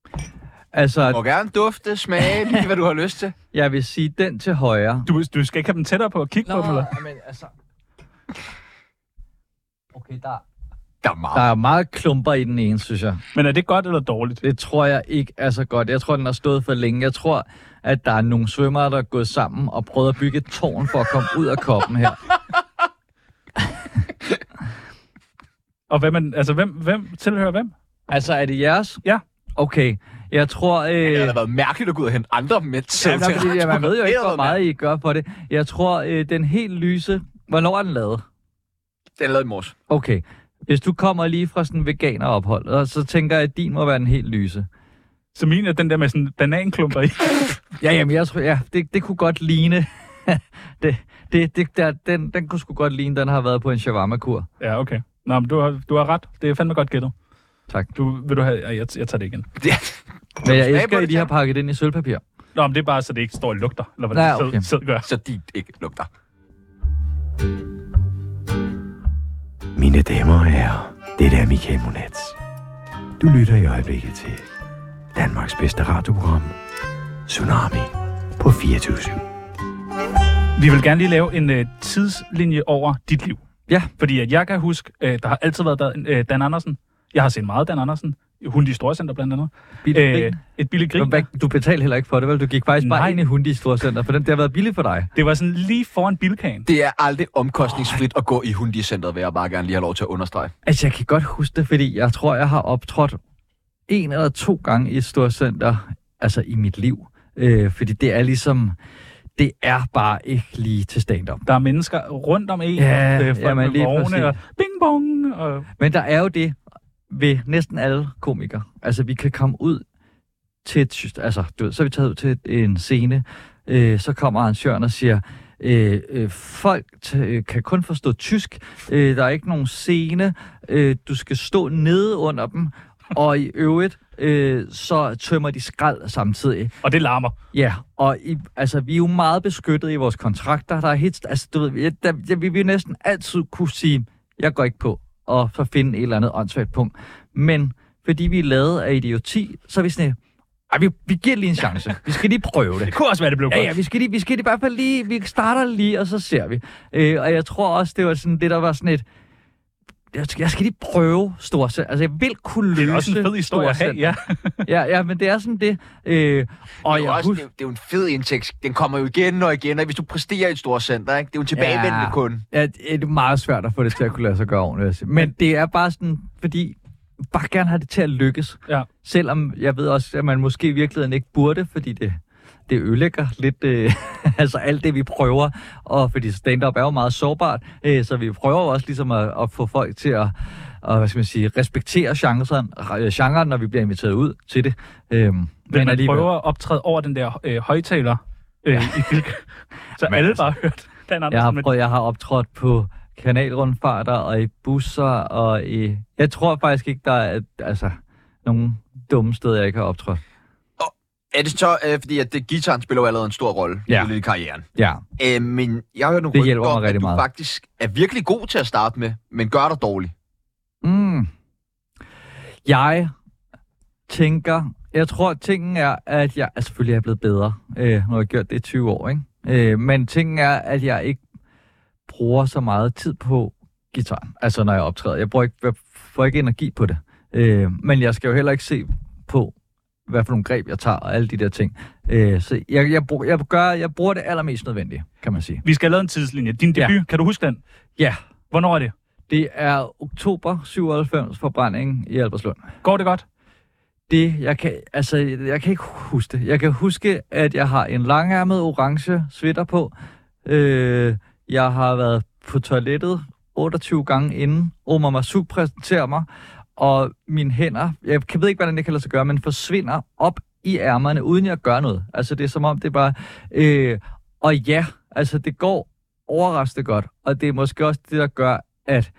Speaker 1: Du
Speaker 5: Altså,
Speaker 1: må gerne dufte,
Speaker 5: [laughs]
Speaker 1: smage, lige hvad du har lyst til.
Speaker 5: jeg vil sige den til højre.
Speaker 2: Du, du skal ikke have dem tættere på og kigge på dem, eller?
Speaker 5: men altså... Okay, der...
Speaker 1: Der er meget.
Speaker 5: Der er meget klumper i den ene, synes jeg.
Speaker 2: Men er det godt eller dårligt?
Speaker 5: Det tror jeg ikke er så godt. Jeg tror, den har stået for længe. Jeg tror, at der er nogle svømmere, der er gået sammen og prøvet at bygge et tårn for at komme ud af koppen her.
Speaker 2: Og hvem, er den- altså, hvem, hvem tilhører hvem?
Speaker 5: Altså, er det jeres?
Speaker 2: Ja.
Speaker 5: Okay. Jeg tror... Øh...
Speaker 1: Det har da været mærkeligt at gå ud og hente andre mænd selv
Speaker 5: Jamen, nej, fordi, jeg, man ved jo ikke, hvor
Speaker 1: Radioprogrammet.
Speaker 5: meget I gør for det. Jeg tror, øh, den helt lyse... Hvornår er den lavet?
Speaker 1: Den er lavet i morges.
Speaker 5: Okay. Hvis du kommer lige fra sådan en veganerophold, og så tænker jeg, at din må være den helt lyse.
Speaker 2: Så min er den der med sådan bananklumper
Speaker 5: [laughs]
Speaker 2: i.
Speaker 5: Ja, jamen, jeg tror, ja, det, det kunne godt ligne... [laughs] det, det, det, der, den, den kunne sgu godt ligne, den har været på en shawarma-kur.
Speaker 2: Ja, okay. Nå, men du har, du har ret. Det er fandme godt gættet.
Speaker 5: Tak.
Speaker 2: Du, vil du have, ja, jeg, jeg tager det igen.
Speaker 1: Ja.
Speaker 5: Men jeg
Speaker 1: smage på
Speaker 5: elsker,
Speaker 1: det,
Speaker 5: at de har pakket det ind i sølvpapir.
Speaker 2: Nå, men det er bare, så det ikke står og lugter, eller hvordan
Speaker 5: Nej,
Speaker 2: det
Speaker 5: okay.
Speaker 2: selv, selv gør.
Speaker 1: Så dit ikke lugter.
Speaker 4: Mine damer og herrer, det er Michael Monats. Du lytter i øjeblikket til Danmarks bedste radioprogram, Tsunami på 24
Speaker 2: Vi vil gerne lige lave en øh, tidslinje over dit liv.
Speaker 5: Ja.
Speaker 2: Fordi at jeg kan huske, øh, der har altid været Dan, øh, Dan Andersen. Jeg har set meget Dan Andersen. Hun i Storcenter blandt andet. Øh,
Speaker 5: Billig grin.
Speaker 2: et billigt grin.
Speaker 5: Hvad, du betalte heller ikke for det, vel? Du gik faktisk Øh, Nej.
Speaker 2: Nej.
Speaker 5: bare ind i Hundi i Storcenter, for den, det har været billigt for dig.
Speaker 2: Det var sådan lige foran bilkagen.
Speaker 1: Det er aldrig omkostningsfrit at gå i hundicentret, vil jeg bare gerne lige have lov til at understrege.
Speaker 5: Altså, jeg kan godt huske det, fordi jeg tror, jeg har optrådt en eller to gange i et storcenter, altså i mit liv. Øh, fordi det er ligesom, det er bare ikke lige til stand-up.
Speaker 2: Der er mennesker rundt om en.
Speaker 5: Ja,
Speaker 2: øh, folk
Speaker 5: jamen,
Speaker 2: med
Speaker 5: lige
Speaker 2: vogne,
Speaker 5: præcis.
Speaker 2: og bing bong. Og,
Speaker 5: Men der er jo det ved næsten alle komikere. Altså, vi kan komme ud til et, syst- altså, du ved, så er vi taget ud til et- en scene, øh, så kommer arrangøren og siger, øh, øh, folk t- øh, kan kun forstå tysk, øh, der er ikke nogen scene, øh, du skal stå nede under dem, og i øvrigt, øh, så tømmer de skrald samtidig.
Speaker 2: og det larmer.
Speaker 5: Ja, og i, altså, vi er jo meget beskyttet i vores kontrakter. Der er helt, altså, du ved, jeg, der, jeg, vi vil næsten altid kunne sige, jeg går ikke på, og så finde et eller andet åndssvagt punkt. Men fordi vi er lavet af idioti, så er vi sådan, ej, vi, vi giver det lige en chance. Vi skal lige prøve det.
Speaker 2: [laughs] Det kunne også være, det blev
Speaker 5: Ja,
Speaker 2: godt.
Speaker 5: ja, vi skal, lige, vi skal lige i hvert fald lige, vi starter lige, og så ser vi. Øh, og jeg tror også, det var sådan det, der var sådan et, jeg skal, jeg skal lige prøve Storcenter. Altså, jeg vil kunne løse
Speaker 2: Det er også en fed historie at have,
Speaker 5: Storcenter.
Speaker 2: ja.
Speaker 5: ja. ja, men det er sådan det. Øh, og
Speaker 1: det, er
Speaker 5: jeg
Speaker 1: jo også, det, er,
Speaker 5: husker-
Speaker 1: jo- det er jo en fed indtægt. Den kommer jo igen og igen, og hvis du præsterer i et stort center, ikke? det er jo en tilbagevendende
Speaker 5: Ja.
Speaker 1: kunde.
Speaker 5: Ja, det er meget svært at få det til at kunne lade sig gøre ordentligt. vil jeg sige. Men det er bare sådan, fordi bare gerne have det til at lykkes.
Speaker 2: Ja.
Speaker 5: Selvom jeg ved også, at man måske i virkeligheden ikke burde, fordi det, det ødelægger lidt øh, [laughs] altså alt det, vi prøver. Og fordi stand-up er jo meget sårbart, øh, så vi prøver jo også ligesom at, at få folk til at og, hvad skal man sige, respektere genren, øh, genren, når vi bliver inviteret ud til det. Øhm,
Speaker 2: Men man prøver at optræde over den der øh, højtaler øh, i
Speaker 5: [laughs]
Speaker 2: bilkagen. Så alle bare hørt Dan
Speaker 5: altså, Jeg
Speaker 2: Andersen.
Speaker 5: har,
Speaker 2: men-
Speaker 5: prøvet, jeg har optrådt på kanalrundfarter og i busser og i... Jeg tror faktisk ikke, der er altså, nogen dumme steder, jeg ikke har optrådt.
Speaker 1: Er det så, øh, fordi at det, gitaren spiller jo allerede en stor rolle
Speaker 5: Ja.
Speaker 1: i karrieren?
Speaker 5: Ja.
Speaker 1: Øh, men jeg har hørt nogle
Speaker 5: Det
Speaker 1: rygter
Speaker 5: hjælper mig
Speaker 1: om, at
Speaker 5: rigtig
Speaker 1: du
Speaker 5: meget.
Speaker 1: faktisk er virkelig god til at starte med, men gør dig dårlig.
Speaker 5: Mm. Jeg tænker... Jeg tror, tingen er, at jeg... Altså, selvfølgelig er jeg blevet bedre, øh, når jeg har gjort det i 20 år, ikke? Øh, men tingen er, at jeg ikke bruger så meget tid på guitaren, altså når jeg optræder. Jeg, bruger ikke, jeg får ikke energi på det. Øh, men jeg skal jo heller ikke se på, hvad for nogle greb jeg tager og alle de der ting. Øh, så jeg, jeg, brug, jeg, gør, jeg bruger det allermest nødvendige, kan man sige.
Speaker 2: Vi skal have lavet en tidslinje. Din
Speaker 5: Ja.
Speaker 2: debut, kan du huske den?
Speaker 5: Ja,
Speaker 2: Hvornår er det?
Speaker 5: det er oktober 97 forbrændingen i Albertslund.
Speaker 2: Går det godt?
Speaker 5: Det, jeg kan, altså, jeg kan ikke huske det. Jeg kan huske, at jeg har en langærmet orange sweater på. Øh, jeg har været på toilettet 28 gange inden. Omar Masuk præsenterer mig, og mine hænder, jeg kan- ved ikke, hvordan det kan lade sig gøre, men forsvinder op i ærmerne, uden jeg gør noget. Altså, det er som om, det er bare... Øh, og ja, altså, det går overraskende godt, og det er måske også det, der gør, at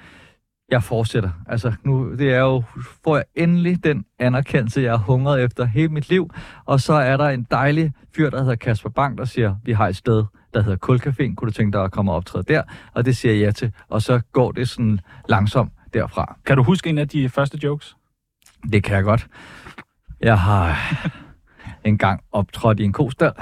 Speaker 5: jeg fortsætter. Altså, nu det er jo, får jeg endelig den anerkendelse, jeg har hungret efter hele mit liv. Og så er der en dejlig fyr, der hedder Kasper Bang, der siger, vi har et sted, der hedder Kulcaféen. Kunne du tænke dig at komme og optræde der? Og det siger jeg ja til. Og så går det sådan langsomt derfra.
Speaker 2: Kan du huske en af de første jokes?
Speaker 5: Det kan jeg godt. Jeg har engang optrådt i en kostal.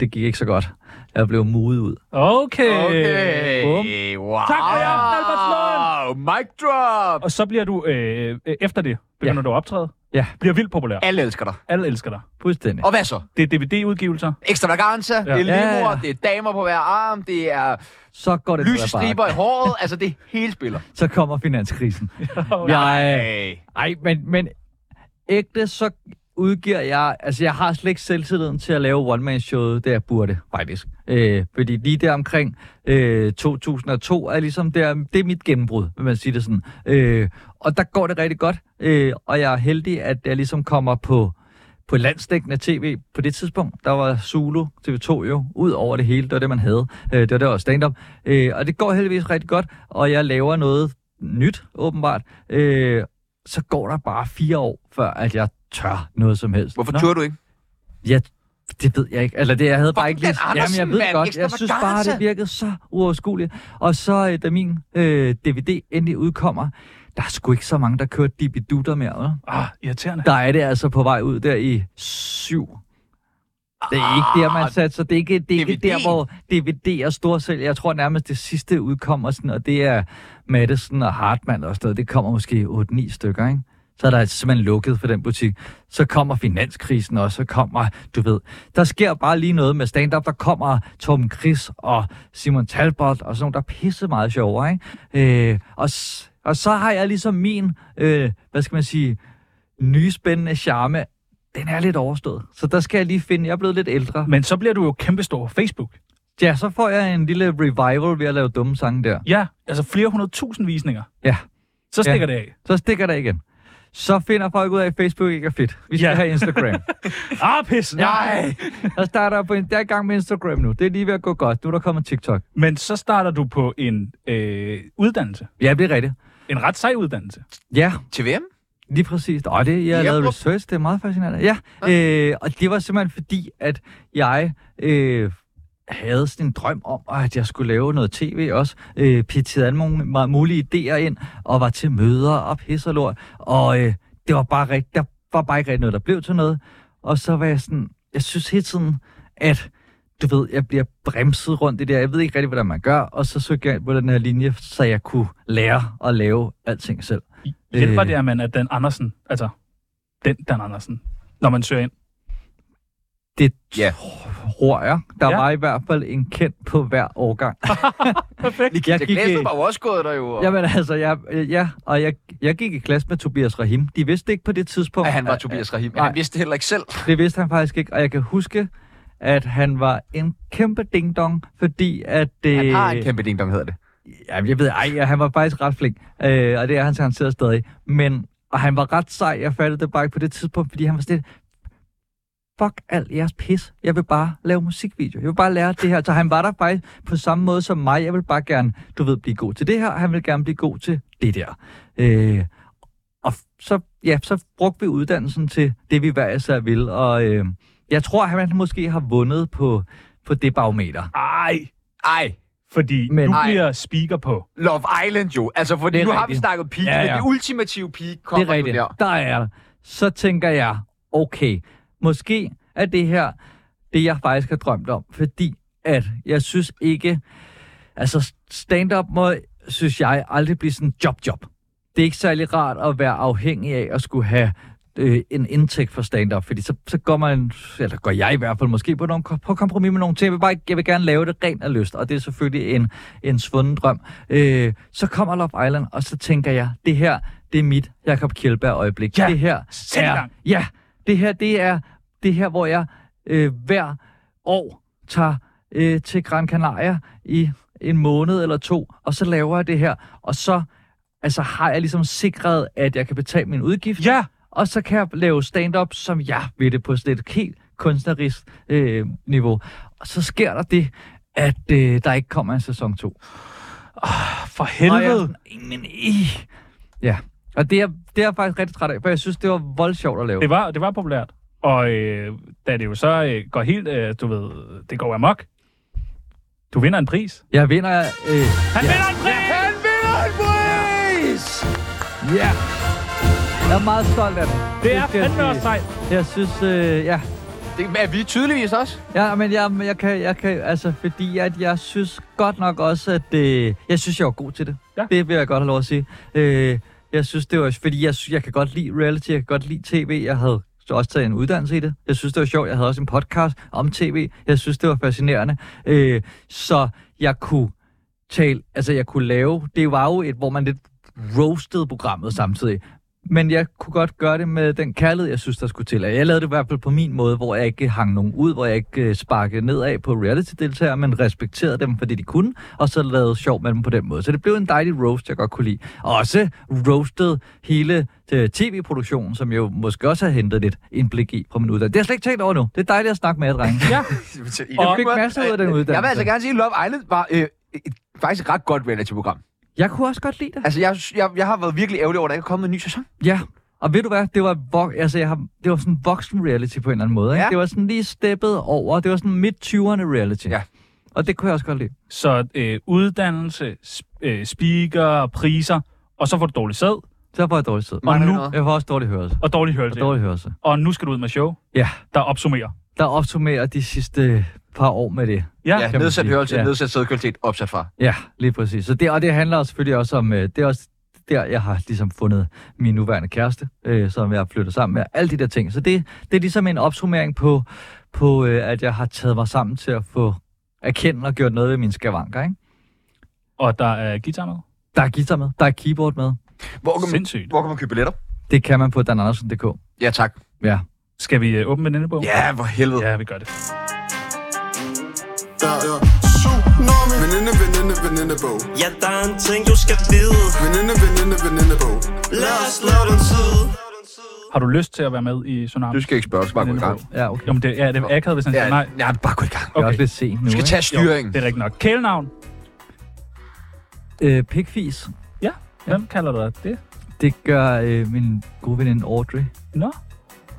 Speaker 5: Det gik ikke så godt. Jeg blev muet ud.
Speaker 2: Okay.
Speaker 5: Øh,
Speaker 1: Okay, wow.
Speaker 2: Tak for i aften, Albertslund.
Speaker 1: Wow, mic drop!
Speaker 2: Og så bliver du, øh, øh, efter det, begynder ja. du at optræde.
Speaker 5: Ja.
Speaker 2: Bliver vildt populær.
Speaker 1: Alle elsker dig.
Speaker 2: Alle elsker dig.
Speaker 5: Fuldstændig.
Speaker 1: Og hvad så?
Speaker 2: Det er DVD-udgivelser.
Speaker 1: Ekstravaganza, ja. det er
Speaker 5: Ja, ja,
Speaker 1: livmor,
Speaker 5: ja.
Speaker 1: det er damer på hver arm, det er
Speaker 5: Så går det ned ad bakke.
Speaker 1: lysstriber i håret, altså det hele spiller. Øh,
Speaker 5: Så kommer finanskrisen.
Speaker 1: Ej.
Speaker 5: Jeg, ej, men, men ægte, så udgiver jeg... Altså, jeg har slet ikke selvtilliden til at lave one-man-showet, det jeg burde, faktisk. Øh, fordi lige der omkring øh, 2002 er ligesom, det er, det er mit gennembrud, vil man sige det sådan. Øh, og der går det rigtig godt, øh, og jeg er heldig, at jeg ligesom kommer på på landstækkende tv på det tidspunkt, der var Zulu, TV2 jo, ud over det hele, det var det, man havde. Øh, det var der også stand-up. Øh, og det går heldigvis rigtig godt, og jeg laver noget nyt, åbenbart. Øh, så går der bare fire år, før at jeg tør noget som helst.
Speaker 1: Hvorfor tør du ikke?
Speaker 5: Jeg, det ved jeg ikke. Eller det, jeg havde bare ikke
Speaker 1: Dan
Speaker 5: lige...
Speaker 1: Andersen,
Speaker 5: jeg ved det
Speaker 1: mand,
Speaker 5: godt. Jeg synes bare,
Speaker 1: ekstravaganza.
Speaker 5: det virkede så uoverskueligt. Og så, øh, da min øh, DVD endelig udkommer, der er sgu ikke så mange, der kører dibidutter mere, eller?
Speaker 2: Ah, irriterende.
Speaker 5: Der er det altså på vej ud der i syv. Det er ikke der, man satte sig. Det er ikke, det er ikke der,
Speaker 1: DVD'en.
Speaker 5: hvor DVD og storsælg. Jeg tror nærmest det sidste udkommer, sådan, og det er Madison og Hartmann og sådan noget. Det kommer måske 8-9 stykker, ikke? Så er der altså simpelthen lukket for den butik. Så kommer finanskrisen også, så kommer, du ved, der sker bare lige noget med stand-up. Der kommer Tom Chris og Simon Talbot og sådan nogle, der er pisse meget sjovere, ikke? Øh, og, s- og så har jeg ligesom min, øh, hvad skal man sige, nye spændende charme, den er lidt overstået. Så der skal jeg lige finde, jeg er blevet lidt ældre.
Speaker 2: Men så bliver du jo kæmpestor på Facebook.
Speaker 5: Ja, så får jeg en lille revival ved at lave dumme sange der.
Speaker 2: Ja, altså flere hundrede tusind visninger.
Speaker 5: Ja.
Speaker 2: Så
Speaker 5: Ja.
Speaker 2: stikker ja. det af.
Speaker 5: Så stikker der igen. Så finder folk ud af, at Facebook ikke er fedt. Vi skal
Speaker 2: Ja.
Speaker 5: ja. have Instagram.
Speaker 2: Ah, pis!
Speaker 5: Nej! Der starter jeg på en, der er i gang med Instagram nu. Det er lige ved at gå godt. Nu er der kommet TikTok.
Speaker 2: Men så starter du på en øh, uddannelse.
Speaker 5: Ja, det er rigtigt.
Speaker 2: En ret sej uddannelse.
Speaker 5: Ja,
Speaker 1: TVM?
Speaker 5: Lige præcis. Og det, jeg har
Speaker 1: Jakob.
Speaker 5: lavet research, det er meget fascinerende. Ja, øh, og det var simpelthen fordi, at jeg øh, havde sådan en drøm om, at jeg skulle lave noget tv også. Øh, pittede alle mul- ma- mulige idéer ind, og var til møder og pis og lort. Og øh, det var bare rigt, der var bare ikke rigtig noget, der blev til noget. Og så var jeg sådan, jeg synes hele tiden, at du ved, jeg bliver bremset rundt i det der. Jeg ved ikke rigtig, hvordan man gør. Og så søgte jeg ind på den her linje, så jeg kunne lære at lave alting selv.
Speaker 2: Hjælper
Speaker 5: Øh.
Speaker 2: det, at man er Dan Andersen? Altså, den Dan Andersen, når man søger ind.
Speaker 5: Det
Speaker 1: Ja.
Speaker 5: tror jeg. Der
Speaker 2: Ja.
Speaker 5: ja. var i hvert fald en kendt på hver årgang.
Speaker 2: [laughs] Perfekt.
Speaker 5: Jeg
Speaker 1: Nikita Glæstrup
Speaker 5: øh,
Speaker 1: har jo også gået der jo. og-
Speaker 5: Jamen altså, jeg, øh, ja, og jeg, jeg gik i klasse med Tobias Rahim. De vidste ikke på det tidspunkt.
Speaker 1: at han var
Speaker 5: at-
Speaker 1: Tobias Rahim. Men
Speaker 5: nej.
Speaker 1: han vidste det heller ikke selv.
Speaker 5: Det vidste han faktisk ikke, og jeg kan huske, at han var en kæmpe ding-dong, fordi at... Øh,
Speaker 1: Han har en kæmpe dingdom, hedder det.
Speaker 5: Jamen, jeg ved, ej, ja, han var faktisk ret flink, øh, og det er han garanteret stadig. Men, og han var ret sej, jeg fattede det bare ikke på det tidspunkt, fordi han var sådan lidt, fuck alt jeres pis, jeg vil bare lave musikvideo, jeg vil bare lære det her. Så han var der faktisk på samme måde som mig, jeg vil bare gerne, du ved, blive god til det her, og han vil gerne blive god til det der. Øh, og f- så, ja, så brugte vi uddannelsen til det, vi hver især ville, og øh, jeg tror, at han måske har vundet på, på det barometer.
Speaker 2: Ej,
Speaker 1: Ej,
Speaker 2: fordi Men,
Speaker 5: Men-
Speaker 2: du
Speaker 1: Ej.
Speaker 2: bliver speaker på.
Speaker 1: Love Island jo. Altså, for nu
Speaker 5: Det
Speaker 1: har
Speaker 5: er
Speaker 1: vi
Speaker 5: rigtigt.
Speaker 1: snakket peak,
Speaker 5: Ja,
Speaker 1: ja, ja.
Speaker 5: ja.
Speaker 1: men det ultimative peak
Speaker 5: det er
Speaker 1: kommer nu
Speaker 5: rigtigt.
Speaker 1: der.
Speaker 5: Der er jeg. Så tænker jeg, okay, måske er det her det, jeg faktisk har drømt om, fordi at jeg synes ikke, altså stand-up må, synes jeg, aldrig blive sådan job-job. Det er ikke særlig rart at være afhængig af at skulle have øh, en indtægt for stand-up, fordi så, så går man, eller går jeg i hvert fald måske på, nogle, på kompromis med nogle ting. Jeg vil, bare, ikke- jeg vil gerne lave det rent af lyst, og det er selvfølgelig en, en svunden drøm. Øh, så kommer Love Island, og så tænker jeg, det her, det er mit Jakob Kjeldberg øjeblik.
Speaker 2: Ja,
Speaker 5: det her
Speaker 2: sæt i
Speaker 5: er,
Speaker 2: gang.
Speaker 5: ja, det her, det er det her, hvor jeg øh, hver år tager øh, til Gran Canaria i en måned eller to, og så laver jeg det her, og så altså, har jeg ligesom sikret, at jeg kan betale min udgift,
Speaker 2: Ja,
Speaker 5: og så kan jeg lave stand-up, som jeg vil det på sådan et helt kunstnerisk øh, niveau. Og så sker der det, at øh, der ikke kommer en sæson 2.
Speaker 2: for helvede.
Speaker 5: Og jeg, men i... Ja, og det er, det er jeg faktisk rigtig træt af, for jeg synes, det var voldt sjovt at lave.
Speaker 2: Det var, det var populært. Og øh, da det jo så øh, går helt, øh, du ved, det går amok. Du vinder en pris.
Speaker 5: Jeg vinder... Øh,
Speaker 2: Han ja. vinder en pris!
Speaker 1: Han vinder en pris!
Speaker 5: ja. Jeg er meget stolt af det.
Speaker 2: Det er
Speaker 5: skal jeg
Speaker 2: fandme
Speaker 5: sige.
Speaker 2: også sejt.
Speaker 5: Jeg synes, øh, ja.
Speaker 1: Det er vi tydeligvis [laughs] også.
Speaker 5: Ja, men jeg, jeg, kan, jeg kan, altså, fordi at jeg synes godt nok også, at øh, jeg synes, jeg var god til det.
Speaker 2: Ja.
Speaker 5: Det vil jeg godt have lov at sige. Øh, jeg synes, det var, fordi jeg, sy- jeg kan godt lide reality, jeg kan godt lide tv, jeg havde så også taget en uddannelse i det. Jeg synes, det var sjovt. Jeg havde også en podcast om tv. Jeg synes, det var fascinerende. Øh, så jeg kunne tale, altså jeg kunne lave, det var jo et, hvor man lidt roastede programmet samtidig. Men jeg kunne godt gøre det med den kærlighed, jeg synes, der skulle til. Jeg lavede det i hvert fald på min måde, hvor jeg ikke hang nogen ud, hvor jeg ikke øh, sparkede nedad på reality-deltagere, men respekterede dem for det, de kunne, og så lavede sjov med dem på den måde. Så det blev en dejlig roast, jeg godt kunne lide. Og også roasted hele øh, tv-produktionen, som jeg jo måske også har hentet lidt indblik i fra min uddannelse. Det har jeg slet ikke tænkt over nu. Det er dejligt at snakke med jer, drenge.
Speaker 2: Ja,
Speaker 5: Jeg fik masser ud af den uddannelse.
Speaker 1: Jeg vil altså gerne sige, at Love Island var øh, et, faktisk et ret godt reality-program.
Speaker 5: jeg kunne også godt lide det.
Speaker 1: Altså, jeg, jeg, jeg har været virkelig ærgerlig over, at der ikke er kommet en ny sæson.
Speaker 5: Ja, og ved du hvad, det var, vok- altså, jeg har, det var sådan voksen reality på en eller anden måde. Ikke?
Speaker 1: Ja.
Speaker 5: Det var sådan lige steppet over, det var sådan midt-20'erne reality.
Speaker 1: Ja.
Speaker 5: Og det kunne jeg også godt lide.
Speaker 2: så øh, uddannelse, sp- øh, speaker, priser, og så får du dårlig sæd,
Speaker 5: Så var jeg dårlig tid.
Speaker 1: Mangler
Speaker 5: Men
Speaker 1: noget?
Speaker 5: Jeg var også dårlig hørelse.
Speaker 2: og dårlig hørelse.
Speaker 5: Og
Speaker 2: Og,
Speaker 5: dårlig hørelse.
Speaker 2: og nu skal du ud med show,
Speaker 5: Ja,
Speaker 2: der opsummerer.
Speaker 5: der opsummerer de sidste par år med det.
Speaker 2: Ja,
Speaker 1: Ja,
Speaker 2: ja.
Speaker 5: man
Speaker 1: nedsat
Speaker 5: sige.
Speaker 1: hørelse,
Speaker 5: Ja.
Speaker 1: nedsat sædkvalitet, opsat fra.
Speaker 5: Ja, lige præcis. Så det, og det handler selvfølgelig også om, øh, det er også der, jeg har ligesom fundet min nuværende kæreste, øh, som jeg har flyttet sammen med, alle de der ting. Så det, det er ligesom en opsummering på, på øh, at jeg har taget mig sammen til at få erkendt og gjort noget ved mine skavanker, ikke?
Speaker 2: og der er guitar med.
Speaker 5: Der er guitar med, der er keyboard med.
Speaker 1: Hvor kan, man,
Speaker 2: Sindssygt.
Speaker 1: hvor kan man købe billetter?
Speaker 5: Det kan man på danandersen.dk.
Speaker 1: Ja, tak.
Speaker 5: Ja.
Speaker 2: Skal vi øh, åbne venindebog?
Speaker 1: Ja, hvor helvede.
Speaker 2: ja, vi gør det.
Speaker 8: Der er tsunami Veninde, veninde, venindebog
Speaker 7: Ja, der er en ting, du skal vide
Speaker 8: Veninde, veninde, venindebog
Speaker 7: Lad os lave den tid
Speaker 2: Har du lyst til at være med i Tsunami?
Speaker 1: Du skal ikke spørge, du skal bare gå i gang.
Speaker 5: Ja, okay.
Speaker 2: Jo, men det, ja, det er akavet, hvis han
Speaker 1: Ja,
Speaker 2: siger nej.
Speaker 1: nej, bare gå i gang.
Speaker 5: Jeg er
Speaker 2: Okay.
Speaker 5: også lidt sent nu,
Speaker 1: Du skal
Speaker 5: ikke?
Speaker 1: tage styringen.
Speaker 2: Det er rigtigt nok. Kælenavn?
Speaker 5: Øh, pikfis,
Speaker 2: Ja. Hvem kalder du dig det?
Speaker 5: det gør øh, min gode veninde Audrey.
Speaker 2: Nå.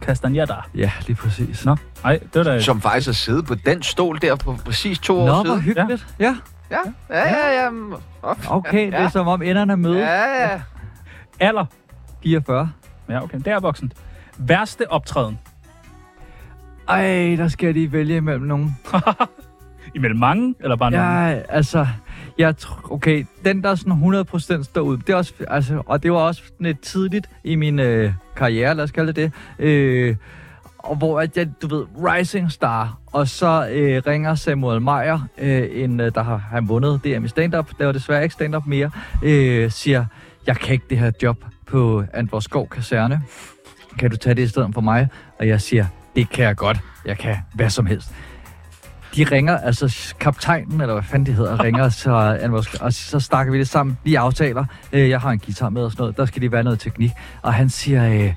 Speaker 2: Castaneda.
Speaker 5: Ja, lige præcis.
Speaker 2: Nå. Nej, det var da...
Speaker 1: Som faktisk har siddet på den stol der for præcis to år
Speaker 5: Nå hvor
Speaker 1: siden.
Speaker 5: hyggeligt. Ja,
Speaker 1: Ja, ja, ja. ja. Op.
Speaker 5: okay. Det er som om enderne mødes.
Speaker 1: Ja, ja.
Speaker 2: Alder?
Speaker 5: 44.
Speaker 2: Ja, okay. Det er voksent. Værste optræden?
Speaker 5: Ej, der skal jeg lige vælge imellem nogen.
Speaker 2: Imellem mange, eller bare nogen?
Speaker 5: Jeg, altså, jeg tr- okay, den der sådan 100% står ud, det er også, altså, og det var også sådan lidt tidligt i min øh, karriere, lad os kalde det det, øh, og hvor at jeg, du ved, rising star, og så øh, ringer Samuel Meyer, øh, en, øh, der har han vundet DM i stand-up, der var desværre ikke stand-up mere, øh, siger, jeg kan ikke det her job på Antvorskov Kaserne, kan du tage det i stedet for mig? Og jeg siger, det kan jeg godt, jeg kan hvad som helst de ringer, altså kaptajnen, eller hvad fanden det hedder, ringer, så, Anwar- og så snakker vi det sammen. Vi aftaler, øh, jeg har en guitar med og sådan noget, der skal lige være noget teknik. Og han siger, øh,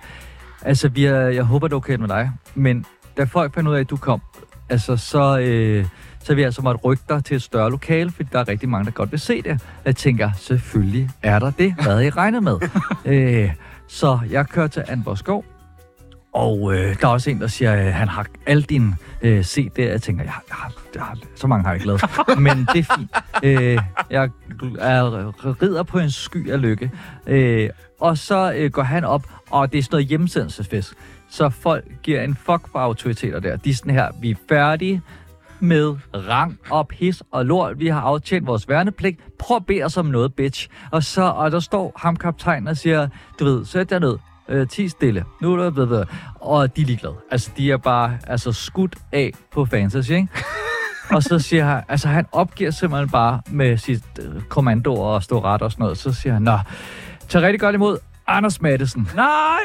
Speaker 5: altså vi er, jeg håber, det er okay med dig, men da folk fandt ud af, at du kom, altså så, øh, så vi altså måtte rykke dig til et større lokale, fordi der er rigtig mange, der godt vil se det. Jeg tænker, selvfølgelig er der det, hvad I regnet med. øh, så jeg kører til Anborskov, og øh, der er også en, der siger, at øh, han har alle dine øh, CD'er. Jeg tænker, jeg, har- jeg, har- jeg, har- så mange har jeg ikke lavet. Men det er fint. Øh, jeg er, øh, rider på en sky af lykke. Øh, og så øh, går han op, og det er sådan noget hjemmesendelsesfest. Så folk giver en fuck for autoriteter der. De er sådan her, vi er færdige med rang og pis og lort. Vi har aftjent vores værnepligt. Prøv at bede os om noget, bitch. Og, så, og der står ham kaptajnen og siger, du ved, sæt dig ned. Øh, 10 stille. Nu er det bedre. Og de er ligeglade. Altså, de er bare altså, skudt af på fantasy,
Speaker 2: [laughs]
Speaker 5: ikke? og så siger han, altså han opgiver simpelthen bare med sit øh, kommando og stå ret og sådan noget. Så siger han, nå, tag rigtig godt imod Anders Mattesen.
Speaker 2: Nej!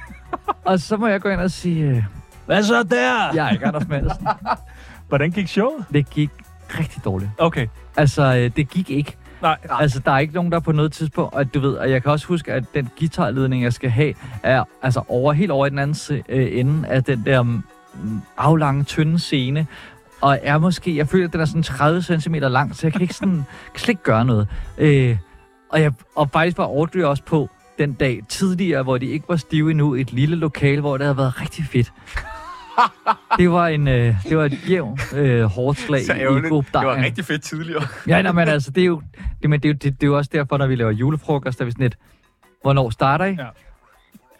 Speaker 5: [laughs] Og så må jeg gå ind og sige, øh,
Speaker 2: Hvad så der?
Speaker 5: jeg er ikke Anders Mattesen.
Speaker 2: Hvordan gik showet?
Speaker 5: Det gik rigtig dårligt.
Speaker 2: Okay.
Speaker 5: Altså, øh, det gik ikke.
Speaker 2: Nej.
Speaker 5: Altså, der er ikke nogen, der på noget tidspunkt, og du ved, og jeg kan også huske, at den guitarledning, jeg skal have, er altså over, helt over i den anden se- øh, ende af den der mm, aflange, tynde scene, og er måske, jeg føler, at den er sådan 30 cm lang, så jeg kan ikke sådan, [laughs] kan slet ikke gøre noget. Øh, og, jeg, og faktisk var Audrey også på den dag tidligere, hvor de ikke var stive endnu, i et lille lokale, hvor det havde været rigtig fedt. Det var, en, øh, det var et jævnt øh, hårdt slag i god dagen.
Speaker 1: fedt
Speaker 5: [laughs]
Speaker 1: tidligere.
Speaker 5: Ja, nej, men altså, det er jo, det, men det, er jo- det, det er jo også derfor, når vi laver julefrokost, der er vi sådan lidt, hvornår starter I?
Speaker 2: Ja.
Speaker 5: Ja.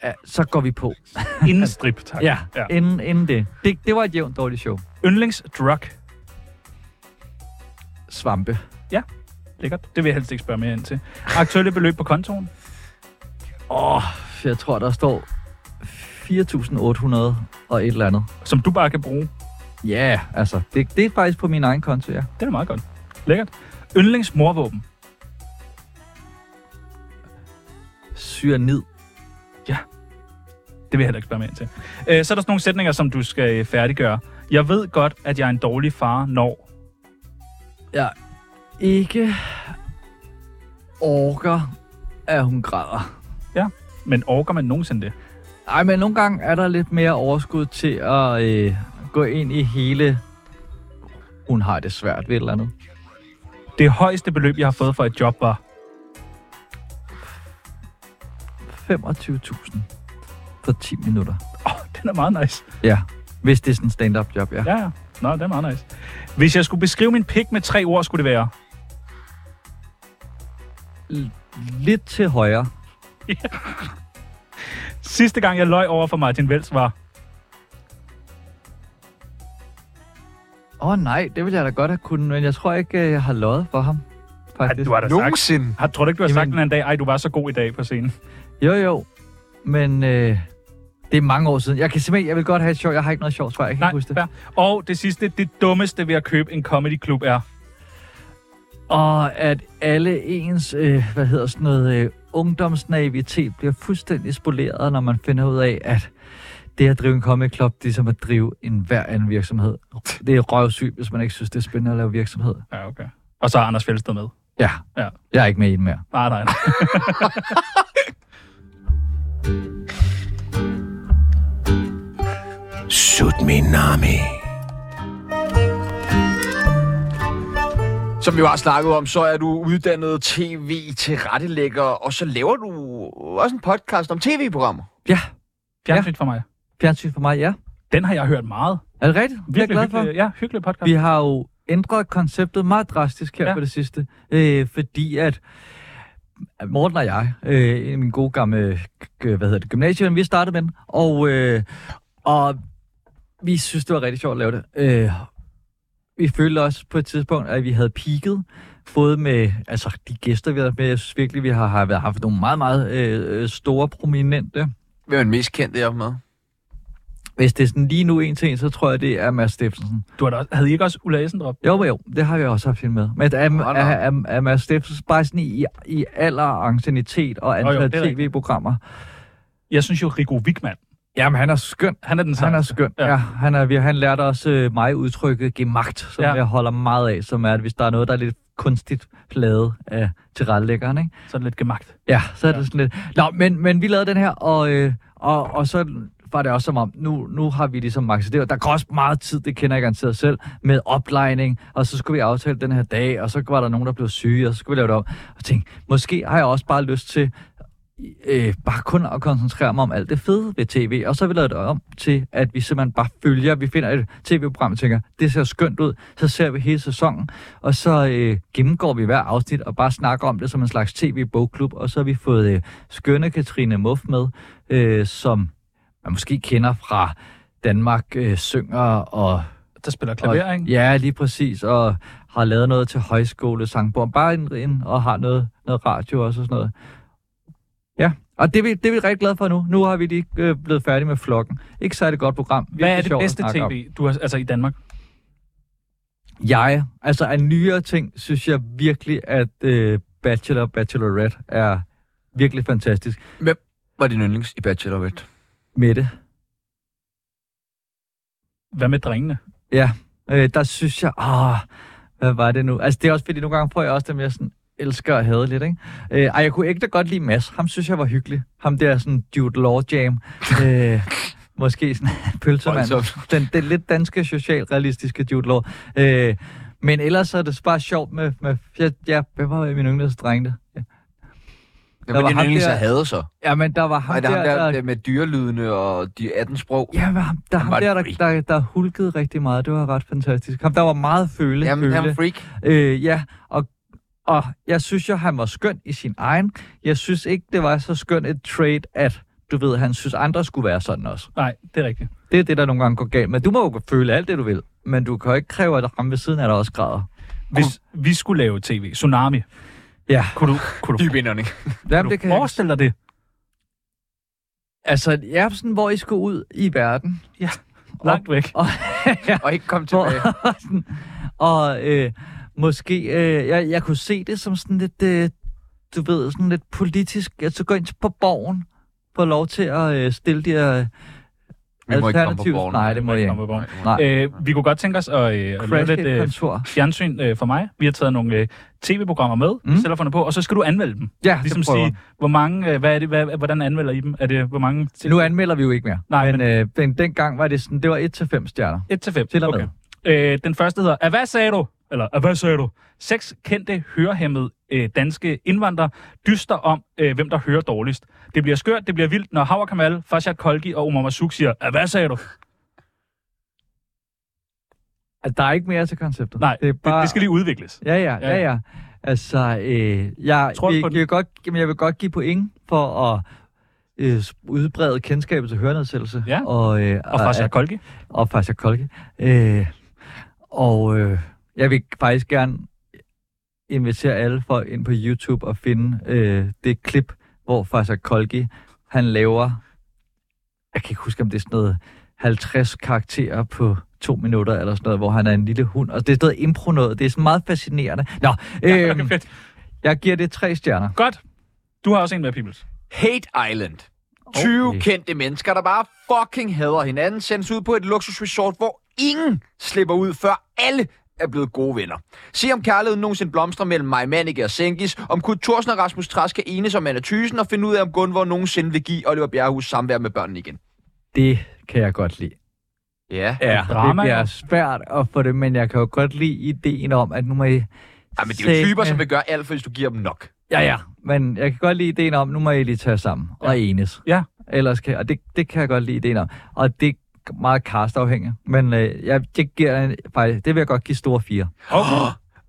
Speaker 5: ja, så går vi på.
Speaker 1: [laughs]
Speaker 2: Inden strip, tak.
Speaker 5: Ja,
Speaker 2: ja.
Speaker 5: ja. Inden, inden det. det. Det var et jævnt dårligt show.
Speaker 2: Yndlingsdrug.
Speaker 5: Svampe.
Speaker 2: Lækkert. Det vil jeg helst ikke spørge mere ind til. Aktuelle beløb på kontoen.
Speaker 5: Åh, oh, jeg tror, der står 4.800 og et eller andet.
Speaker 2: som du bare kan bruge.
Speaker 5: Ja, yeah, altså, det, det er faktisk på min egen konto, ja.
Speaker 2: Det er meget godt. Lækkert. Yndlingsmorvåben.
Speaker 5: Cyanid.
Speaker 2: Det vil jeg heller ikke spørge med ind til. Øh, så er der sådan nogle sætninger, som du skal øh, færdiggøre. Jeg ved godt, at jeg er en dårlig far, når...
Speaker 5: Ikke orker, at hun græder.
Speaker 2: Men orker man nogensinde det?
Speaker 5: Ej, men nogle gange er der lidt mere overskud til at øh, gå ind i hele... Hun har det svært ved et eller andet.
Speaker 2: Det højeste beløb, jeg har fået for et job, var...
Speaker 5: 25.000 for 10 minutter.
Speaker 2: Åh, oh, den er meget nice.
Speaker 5: Ja, hvis det er sådan en stand-up job, ja.
Speaker 2: Ja, ja. Nå, den er meget nice. Hvis jeg skulle beskrive min pik med tre ord, skulle det være...
Speaker 5: Lidt til højre.
Speaker 2: Sidste gang, jeg løj over for Martin Vels, var...
Speaker 5: Åh oh, nej, det ville jeg da godt have kunnet, men jeg tror ikke, øh, jeg har løjet for ham. Faktisk.
Speaker 2: Ej, du har da sagt...
Speaker 1: Nogensinde.
Speaker 2: Har, tror du ikke, du har sagt
Speaker 5: Jamen-
Speaker 2: den anden dag, ej, du var så god i dag på scenen?
Speaker 5: Jo, jo. Men øh, det er mange år siden. Jeg kan simpelthen, jeg vil godt have et sjov. Jeg har ikke noget sjovt svar. Jeg kan
Speaker 2: Nej,
Speaker 5: ikke huske det.
Speaker 2: fair. Og det sidste, det dummeste ved at købe en comedyklub er...
Speaker 5: Og at alle ens, øh, hvad hedder sådan noget, øh, ungdomsnaivitet bliver fuldstændig spoleret, når man finder ud af, at det at drive en comic club, det er som at drive en hver anden virksomhed. Det er røvsygt, hvis man ikke synes, det er spændende at lave virksomhed.
Speaker 2: Ja, okay. Og så er Anders Fjeldsted med.
Speaker 5: Ja.
Speaker 2: Ja.
Speaker 5: Jeg er ikke med i den mere.
Speaker 2: Nej, nej,
Speaker 5: [laughs]
Speaker 2: nej.
Speaker 4: Tsunami.
Speaker 1: Som vi jo har snakket om, så er du uddannet tv-tilrettelægger, og så laver du også en podcast om tv-programmer.
Speaker 5: Ja.
Speaker 2: Fjernsyn for mig.
Speaker 5: Fjernsyn for mig, ja.
Speaker 2: Den har jeg hørt meget.
Speaker 5: Er det rigtigt? Det er jeg glad for.
Speaker 2: Hyggelig, ja, hyggelig podcast.
Speaker 5: Vi har jo ændret konceptet meget drastisk her
Speaker 2: Ja.
Speaker 5: ja. på det sidste, øh, fordi at at Morten og jeg, øh, en af mine gode gamle g- hvad hedder det, gymnasium, vi startede med den, og, øh, og vi synes, det var rigtig sjovt at lave det. Øh, vi følte også på et tidspunkt, at vi havde peaked, både med altså, de gæster, vi har haft med. Jeg synes virkelig, vi har, har været- haft nogle meget, meget øh, øh, store, prominente.
Speaker 1: Hvem er den mest kendte, jeg har med?
Speaker 5: Hvis det er sådan lige nu en ting, så tror jeg, det er Mads Steffensen.
Speaker 2: Du har da også, havde I ikke også Ulla Essendrop?
Speaker 5: Jo, men jo, det har vi også haft hende med. Men er, er,
Speaker 1: Hold da op.
Speaker 5: er, er, er Mads Steffens bare sådan i, i alder, ancienitet og
Speaker 2: jo,
Speaker 5: antal
Speaker 2: det er rigtigt.
Speaker 5: tv-programmer?
Speaker 2: Jeg synes jo, Rico Wigman,
Speaker 5: Jamen, han er skøn.
Speaker 2: han er den samme.
Speaker 5: Han er skøn,
Speaker 2: Ja.
Speaker 5: ja. ja han, er, vi- han lærte også øh, mig udtrykket gemagt, som
Speaker 2: Ja.
Speaker 5: ja. jeg holder meget af, som er, at hvis der er noget, der er lidt kunstigt lavet af tilrettelæggeren, ikke?
Speaker 2: Så er det lidt gemagt.
Speaker 5: Ja, så er det
Speaker 2: Ja.
Speaker 5: sådan lidt... Nå, men, men vi lavede den her, og, øh, og, og så var det også som om, nu, nu har vi ligesom maxet det, og der går også meget tid, det kender jeg garanteret selv, med oplejning, og så skulle vi aftale den her dag, og så var der nogen, der blev syge, og så skulle vi lave det om. Og tænkte, måske har jeg også bare lyst til øh, bare kun at koncentrere mig om alt det fede ved tv, og så har vi lavet det om til, at vi simpelthen bare følger, vi finder et tv-program og tænker, det ser skønt ud, så ser vi hele sæsonen, og så øh, gennemgår vi hver afsnit og bare snakker om det som en slags tv-bogklub, og så har vi fået øh, skønne Katrine Muff med, øh, som man måske kender fra Danmark øh, synger og...
Speaker 2: Der spiller klaver,
Speaker 5: og
Speaker 2: ikke?
Speaker 5: ja, lige præcis, og har lavet noget til højskole, sangbogen, bare en, en og har noget, noget radio også og sådan noget. Ja, og det er, vi, det er vi rigtig glade for nu. Nu har vi lige øh, blevet færdige med flokken. Ikke særlig godt program.
Speaker 2: Hvad er
Speaker 5: Virkelig
Speaker 2: det
Speaker 5: sjovt at
Speaker 2: bedste
Speaker 5: snakke om.
Speaker 2: tv, du har, altså i Danmark?
Speaker 5: Jeg, altså af nyere ting, synes jeg virkelig, at øh, Bachelor og Bachelorette er virkelig fantastisk.
Speaker 1: Var din yndlings i Bachelorette?
Speaker 5: Mette,
Speaker 2: Hvad med drengene?
Speaker 5: øh, der synes jeg, åh, hvad var det nu? Altså det er også fordi, nogle gange får jeg også dem, jeg sådan elsker at have lidt, ikke? Øh, ej, jeg kunne ikke da godt lide Mads. Ham synes jeg var hyggelig. Ham der sådan Jude Law
Speaker 1: [laughs]
Speaker 5: Jam. øh, måske sådan [laughs] pølsemand.
Speaker 1: Voldsomt.
Speaker 5: Den, den lidt danske socialrealistiske Jude Law. Øh, men ellers så er det bare sjovt med... med jeg, jeg, hvem var min yndlingsdreng der?
Speaker 1: Hvem var
Speaker 5: Der var
Speaker 1: din
Speaker 5: ham
Speaker 1: yndlings,
Speaker 5: der-
Speaker 1: jeg havde så?
Speaker 5: Jamen, der var ham
Speaker 1: Nej, det er ham der,
Speaker 5: der
Speaker 1: der med dyrelydene og de 18 sprog.
Speaker 5: Ja, men ham, der,
Speaker 1: Han
Speaker 5: ham
Speaker 1: var et
Speaker 5: der, der,
Speaker 1: freak.
Speaker 5: der, der hulkede rigtig meget. Det var ret fantastisk. Ham, der var meget føle.
Speaker 1: Jamen,
Speaker 5: føle.
Speaker 1: han er freak.
Speaker 5: Øh, ja, og, og jeg synes jo, han var skøn i sin egen. Jeg synes ikke, det var så skøn et trade, at du ved, han synes, andre skulle være sådan også.
Speaker 2: Nej, det er rigtigt.
Speaker 5: Det er det, der nogle gange går galt. Men du må jo føle alt det, du vil. Men du kan jo ikke kræve, at ham ved siden af dig også græder.
Speaker 2: Hvis vi skulle lave tv, Tsunami,
Speaker 5: Ja,
Speaker 2: kunne du, kunne du,
Speaker 1: Dyb indånding.
Speaker 5: Jamen,
Speaker 2: kunne
Speaker 5: det
Speaker 2: du
Speaker 5: kan jeg ikke
Speaker 2: forestille dig det?
Speaker 5: Altså, ja, sådan, hvor I skulle ud i verden.
Speaker 2: Langt væk.
Speaker 5: Og,
Speaker 1: Og ikke komme tilbage.
Speaker 5: hvor, [laughs] sådan, og øh, måske, øh, jeg, jeg kunne se det som sådan lidt, øh, du ved, sådan lidt politisk. Altså, gå ind på borgen, få lov til at øh, stille de her øh,
Speaker 1: Vi må ikke komme på
Speaker 5: alternativ-
Speaker 1: borgen.
Speaker 5: Nej, det må jeg
Speaker 2: Nå,
Speaker 5: ikke.
Speaker 2: hvor- hvor-
Speaker 5: Nej.
Speaker 2: Øh, vi kunne godt tænke os at, øh, at lave
Speaker 5: Crash
Speaker 2: lidt
Speaker 5: et
Speaker 2: øh,
Speaker 5: kontor.
Speaker 2: fjernsyn øh, for mig. Vi har taget nogle øh, tv-programmer med,
Speaker 5: Mm.
Speaker 2: mm. selv fundet på, og så skal du anmelde dem.
Speaker 5: Ja,
Speaker 2: Ligesom
Speaker 5: det prøver.
Speaker 2: sige, hvor mange, øh, hvad er det, hvad, hvordan anmelder I dem? Er det, hvor mange?
Speaker 5: jeg. Nu anmelder vi jo ikke mere.
Speaker 2: Nej,
Speaker 5: Men, øh, men dengang var det sådan, det var 1-5 stjerner.
Speaker 2: 1 til 5.
Speaker 5: Til og
Speaker 2: okay. Øh, den første hedder, "Ah, hvad sagde du? Eller, "Ah, hvad sagde du? Seks kendte hørehæmmede øh, danske indvandrere dyster om, øh, hvem der hører dårligst. Det bliver skørt, det bliver vildt, når Hauer Kamal, Farshad Kolgi og Omar Masuk siger, "Ah, hvad sagde du?
Speaker 5: Altså, der er ikke mere til konceptet.
Speaker 2: Nej, det, bare... det, det skal lige udvikles.
Speaker 5: Ja, ja, ja, ja. Altså, øh, jeg,
Speaker 2: Tror du
Speaker 5: vi,
Speaker 2: på den?
Speaker 5: jeg, vil godt, jamen, jeg vil godt give point for at øh, udbrede kendskabet til hørenedsættelse.
Speaker 2: Ja.
Speaker 5: Og, øh,
Speaker 2: Og Farshad Kolgi.
Speaker 5: og Farshad Kolke. Øh, og øh, jeg vil faktisk gerne invitere alle for ind på YouTube og finde øh, det klip, hvor Farshad Kolke, han laver, jeg kan ikke huske, om det er sådan noget 50 karakterer på to minutter eller sådan noget, hvor han er en lille hund. Og det er sådan noget impro noget. Det er sådan meget fascinerende. Nå,
Speaker 2: Ja,
Speaker 5: øh,
Speaker 2: okay, fedt.
Speaker 5: jeg giver det tre stjerner.
Speaker 2: Godt. Du har også en med, Pibels.
Speaker 1: Hate Island. 20
Speaker 5: Okay.
Speaker 1: kendte mennesker, der bare fucking hader hinanden, sendes ud på et luksusresort, hvor ingen slipper ud, før alle er blevet gode venner. Se om kærligheden nogensinde blomstrer mellem mig, Manike og Senkis, om Kurt Thorsen og Rasmus Træs kan enes om Anna Thysen og finde ud af, om Gunvor nogensinde vil give Oliver Bjerrehus samvær med børnene igen.
Speaker 5: Det kan jeg godt lide.
Speaker 1: Ja.
Speaker 5: Ja,
Speaker 2: drama,
Speaker 5: det bliver
Speaker 2: jo.
Speaker 5: svært at få det, men jeg kan jo godt lide ideen om, at nu må I
Speaker 1: ja men det er jo typer,
Speaker 5: Sæt-
Speaker 1: som vil gøre alt, for hvis du giver dem nok.
Speaker 5: Ja, ja. Men jeg kan godt lide ideen om, nu må I lige tage jer sammen ja. og enes.
Speaker 2: Ja.
Speaker 5: Ellers kan, og det, det kan jeg godt lide ideen om. Og det er meget castafhængigt. Men øh, jeg, det, giver en, faktisk, det vil jeg godt give store fire.
Speaker 2: Okay.